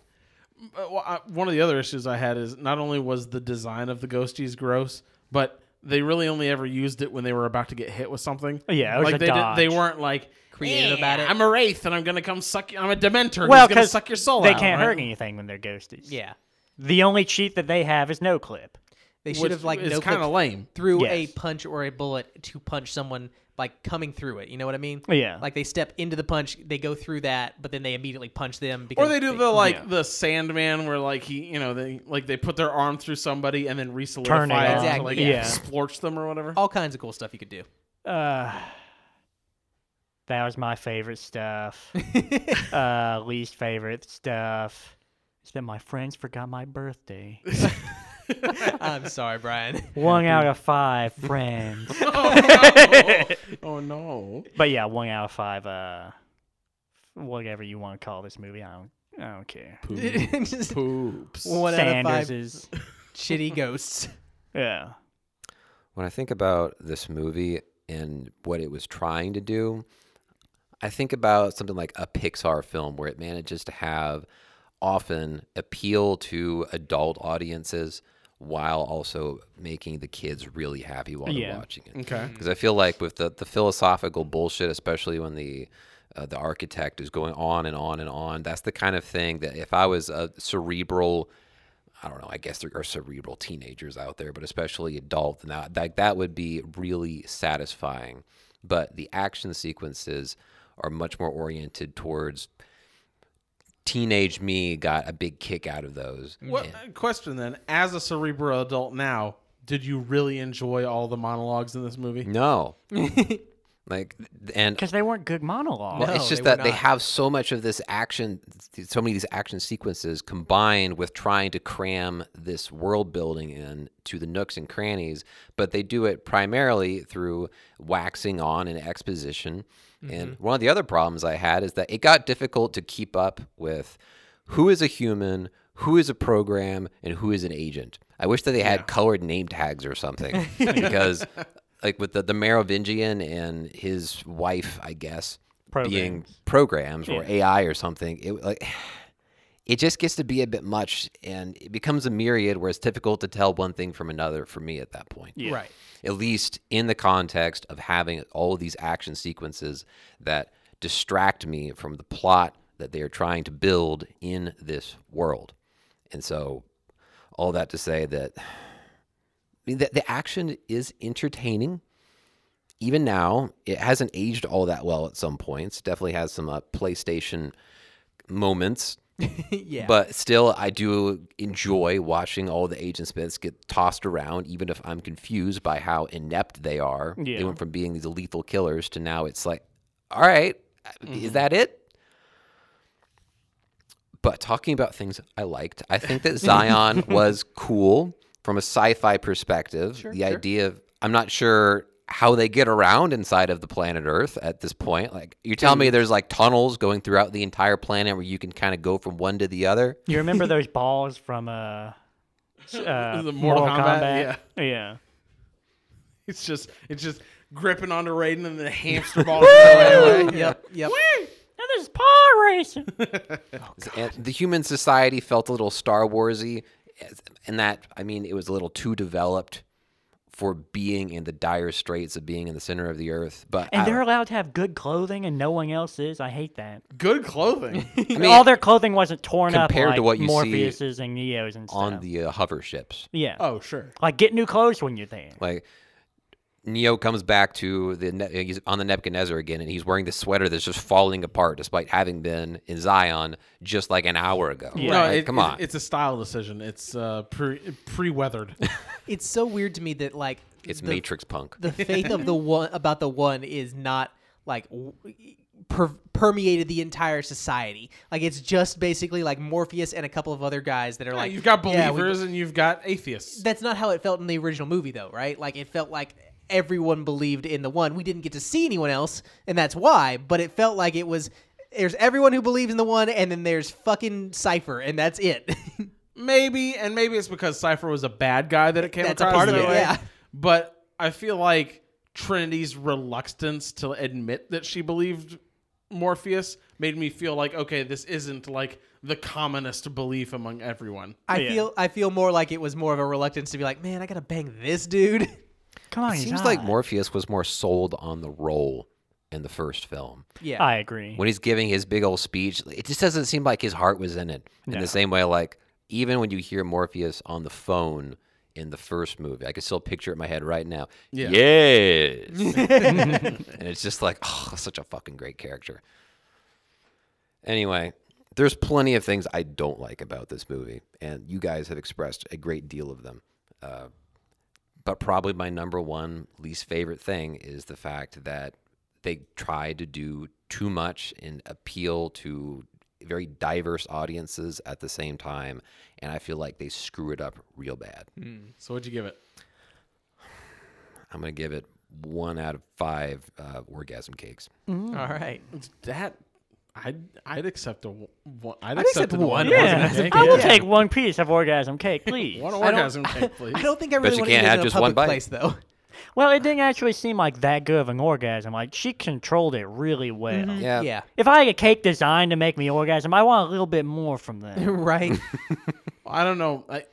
Speaker 1: Uh, well, I- one of the other issues I had is not only was the design of the ghosties gross, but they really only ever used it when they were about to get hit with something.
Speaker 3: Oh, Yeah, it was
Speaker 1: like
Speaker 3: a
Speaker 1: they they
Speaker 3: dodge.
Speaker 1: weren't like
Speaker 2: Creative
Speaker 1: "Yeah,
Speaker 2: about it."
Speaker 1: I'm a wraith and I'm gonna come suck. you- I'm a dementor.
Speaker 3: Well,
Speaker 1: Well, gonna
Speaker 3: 'cause
Speaker 1: suck your soul
Speaker 3: They
Speaker 1: out,
Speaker 3: can't
Speaker 1: right?
Speaker 3: hurt anything when they're ghosties.
Speaker 2: yeah.
Speaker 3: The only cheat that they have is no clip.
Speaker 2: They should
Speaker 1: Which
Speaker 2: have like
Speaker 1: is
Speaker 2: no
Speaker 1: kinda lame.
Speaker 2: through a
Speaker 3: Yes.
Speaker 2: punch or a bullet to punch someone like coming through it. You know what I mean?
Speaker 3: Yeah.
Speaker 2: Like they step into the punch, they go through that, but then they immediately punch them because
Speaker 1: Or they do
Speaker 2: they-
Speaker 1: the like
Speaker 3: yeah.
Speaker 1: the Sandman, where like he, you know, they like they put their arm through somebody and then re-solidify
Speaker 3: Turn it
Speaker 1: it, to,
Speaker 2: Exactly,
Speaker 1: like
Speaker 3: yeah.
Speaker 1: splorch them or whatever.
Speaker 2: all kinds of cool stuff you could do.
Speaker 3: Uh, that was my favorite stuff. uh, least favorite stuff. It's that my friends forgot my birthday.
Speaker 2: I'm sorry, Brian.
Speaker 3: one out of five friends.
Speaker 1: Oh no!
Speaker 3: but yeah, one out of five. Uh, whatever you want to call this movie, I don't, I don't care.
Speaker 2: Just
Speaker 1: Poops.
Speaker 2: one out of
Speaker 3: Sanders
Speaker 2: five
Speaker 3: is
Speaker 2: shitty ghosts.
Speaker 3: yeah.
Speaker 4: When I think about this movie and what it was trying to do, I think about something like a Pixar film where it manages to have often appeal to adult audiences while also making the kids really happy while
Speaker 3: Yeah.
Speaker 4: they're watching it.
Speaker 1: Okay.
Speaker 4: Because I feel like with the, the philosophical bullshit, especially when the uh, the architect is going on and on and on, that's the kind of thing that if I was a cerebral I don't know. I guess there are cerebral teenagers out there, but especially adult, and that like that would be really satisfying. But the action sequences are much more oriented towards teenage me. Got a big kick out of those.
Speaker 1: What
Speaker 4: And-
Speaker 1: uh, question then? As a cerebral adult now, did you really enjoy all the monologues in this movie?
Speaker 4: no, like and
Speaker 3: Because they weren't good monologues.
Speaker 4: Well,
Speaker 2: No,
Speaker 4: it's just
Speaker 2: they were
Speaker 4: that they
Speaker 2: not.
Speaker 4: have so much of this action, so many of these action sequences combined with trying to cram this world building in to the nooks and crannies, but they do it primarily through waxing on and exposition. And
Speaker 2: Mm-hmm.
Speaker 4: one of the other problems I had is that it got difficult to keep up with who is a human, who is a program, and who is an agent. I wish that they had colored name tags or something because. Like with the, the Merovingian and his wife, I guess, being
Speaker 3: Programs.
Speaker 4: programs or AI or something, it like it just gets to be a bit much, and it becomes a myriad where it's difficult to tell one thing from another for me at that point.
Speaker 2: Right.
Speaker 4: At least in the context of having all of these action sequences that distract me from the plot that they are trying to build in this world, and so all that to say that I mean, the, the action is entertaining even now, it hasn't aged all that well at some points. Definitely has some uh, PlayStation moments,
Speaker 2: yeah.
Speaker 4: but still, I do enjoy watching all the Agent Smiths get tossed around, even if I'm confused by how inept they are.
Speaker 3: Yeah.
Speaker 4: They went from being these lethal killers to now it's like, all right, uh, is that it? But talking about things I liked, I think that Zion was cool from a sci-fi perspective. the idea of I'm not sure how they get around inside of the planet Earth at this point. Like you're telling
Speaker 3: Mm.
Speaker 4: me there's like tunnels going throughout the entire planet where you can kind of go from one to the other.
Speaker 3: You remember those balls from uh, s- uh
Speaker 1: The Mortal
Speaker 3: Kombat?
Speaker 1: Kombat,
Speaker 3: Yeah. Yeah.
Speaker 1: It's just it's just gripping onto Raiden and the hamster ball. going away.
Speaker 2: yep. Yep.
Speaker 3: Now this is paw racing. Oh,
Speaker 4: And the human society felt a little Star Warsy, as- and that I mean it was a little too developed for being in the dire straits of being in the center of the Earth. But
Speaker 3: And
Speaker 4: I
Speaker 3: they're allowed to have good clothing, and no one else is. I hate that.
Speaker 1: Good clothing.
Speaker 3: All their clothing wasn't torn up
Speaker 4: Compared
Speaker 3: like
Speaker 4: to what you see
Speaker 3: Morpheus's and Neo's and stuff.
Speaker 4: on the uh, hover ships.
Speaker 3: yeah,
Speaker 1: oh sure.
Speaker 3: like get new clothes when you're there.
Speaker 4: Like Neo comes back to the Ne- he's on the Nebuchadnezzar again, and he's wearing this sweater that's just falling apart, despite having been in Zion just like an hour ago.
Speaker 3: Yeah.
Speaker 1: No,
Speaker 4: Like,
Speaker 1: it-
Speaker 4: come
Speaker 1: it's-
Speaker 4: on.
Speaker 1: It's, a style decision. It's uh, pre pre weathered.
Speaker 2: It's so weird to me that like
Speaker 4: It's
Speaker 2: the-
Speaker 4: Matrix punk.
Speaker 2: the faith of the one about the one is not like w- per- permeated the entire society. Like it's just basically like Morpheus and a couple of other guys that are like
Speaker 1: you've got
Speaker 2: "Yeah, we-
Speaker 1: believers and you've got atheists.
Speaker 2: that's not how it felt in the original movie though, right? Like it felt like everyone believed in the one. We didn't get to see anyone else, and that's why. But it felt like it was. There's everyone who believes in the one, and then there's fucking Cipher, and that's it.
Speaker 1: Maybe, and maybe it's because Cypher was a bad guy that it came
Speaker 2: That's a
Speaker 1: across
Speaker 2: part of
Speaker 1: that
Speaker 2: it,
Speaker 1: way.
Speaker 2: yeah.
Speaker 1: But I feel like Trinity's reluctance to admit that she believed Morpheus made me feel like, okay, this isn't like the commonest belief among everyone.
Speaker 2: I
Speaker 3: Yeah.
Speaker 2: feel I feel more like it was more of a reluctance to be like, man, I gotta bang this dude.
Speaker 3: Come on,
Speaker 4: It
Speaker 3: he's
Speaker 4: seems like
Speaker 3: hot.
Speaker 4: Morpheus was more sold on the role in the first film.
Speaker 2: Yeah,
Speaker 3: I agree.
Speaker 4: When he's giving his big old speech, it just doesn't seem like his heart was in it. In
Speaker 3: No.
Speaker 4: the same way, like even when you hear Morpheus on the phone, in the first movie. I can still picture it in my head right now.
Speaker 1: Yeah.
Speaker 4: Yes. and it's just like, oh, such a fucking great character. Anyway, there's plenty of things I don't like about this movie, and you guys have expressed a great deal of them. Uh, but probably my number one least favorite thing is the fact that they tried to do too much and appeal to very diverse audiences at the same time, and I feel like they screw it up real bad.
Speaker 1: So what'd you give it?
Speaker 4: I'm gonna give it one out of five uh, orgasm cakes.
Speaker 2: All right.
Speaker 1: That I'd I'd accept a w- one. I'd,
Speaker 2: accept
Speaker 1: accept, an
Speaker 2: one
Speaker 1: orgasm
Speaker 2: orgasm
Speaker 1: cake.
Speaker 3: I will
Speaker 2: Yeah.
Speaker 3: take one piece of orgasm cake, please.
Speaker 1: One orgasm cake, please.
Speaker 2: I don't think I really
Speaker 4: you
Speaker 2: want to
Speaker 4: can't
Speaker 2: eat it
Speaker 4: have
Speaker 2: in a
Speaker 4: just
Speaker 2: public
Speaker 4: one bite.
Speaker 2: place though.
Speaker 3: well, it didn't actually seem like that good of an orgasm. Like she controlled it really well.
Speaker 4: Yeah.
Speaker 2: Yeah.
Speaker 3: If I had a cake designed to make me orgasm, I want a little bit more from that.
Speaker 2: right.
Speaker 1: I don't know. I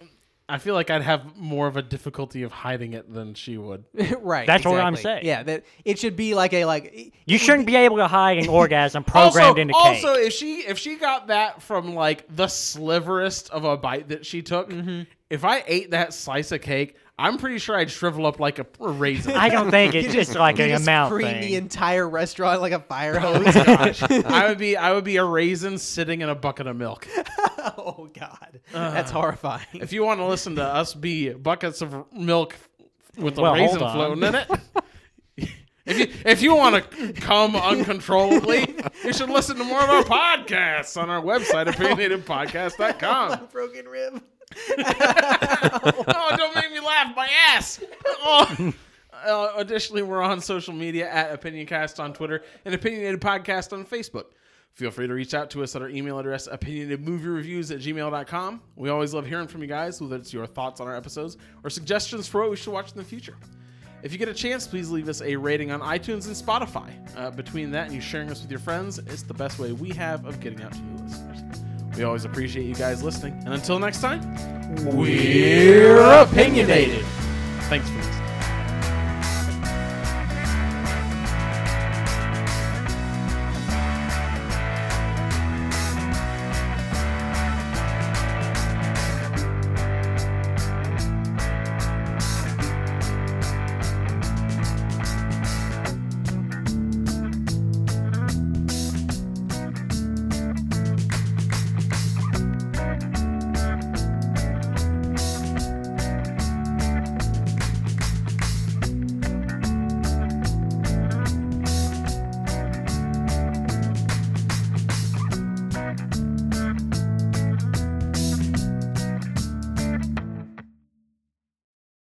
Speaker 1: I feel like I'd have more of a difficulty of hiding it than she would.
Speaker 2: right.
Speaker 3: That's what I'm
Speaker 2: exactly.
Speaker 3: saying.
Speaker 2: Yeah, that it should be like a like
Speaker 3: You shouldn't be able to hide an orgasm programmed
Speaker 1: Also,
Speaker 3: into cake.
Speaker 1: also, if she if she got that from like the sliverest of a bite that she took,
Speaker 3: Mm-hmm.
Speaker 1: if I ate that slice of cake, I'm pretty sure I'd shrivel up like a, a raisin.
Speaker 3: I don't think
Speaker 2: you
Speaker 3: it's just like
Speaker 2: you
Speaker 3: an
Speaker 2: just
Speaker 3: amount
Speaker 2: cream
Speaker 3: thing.
Speaker 2: the entire restaurant like a fire hose.
Speaker 1: I would be I would be a raisin sitting in a bucket of milk.
Speaker 2: oh god. That's horrifying.
Speaker 1: If you want to listen to us be buckets of milk with a
Speaker 3: Well, hold
Speaker 1: raisin
Speaker 3: on.
Speaker 1: floating in it. If you, if you want to come uncontrollably, you should listen to more of our podcasts on our website, opinionatedpodcast.com.
Speaker 2: Broken rib.
Speaker 1: oh, don't make me laugh, my ass. Oh. Uh, additionally, we're on social media at OpinionCast on Twitter and Opinionated Podcast on Facebook. Feel free to reach out to us at our email address, opinionatedmoviereviews at gmail.com. We always love hearing from you guys, whether it's your thoughts on our episodes or suggestions for what we should watch in the future. If you get a chance, please leave us a rating on iTunes and Spotify. Uh, between that and you sharing us with your friends, it's the best way we have of getting out to new listeners. We always appreciate you guys listening. And until next time, we're opinionated. Thanks for listening.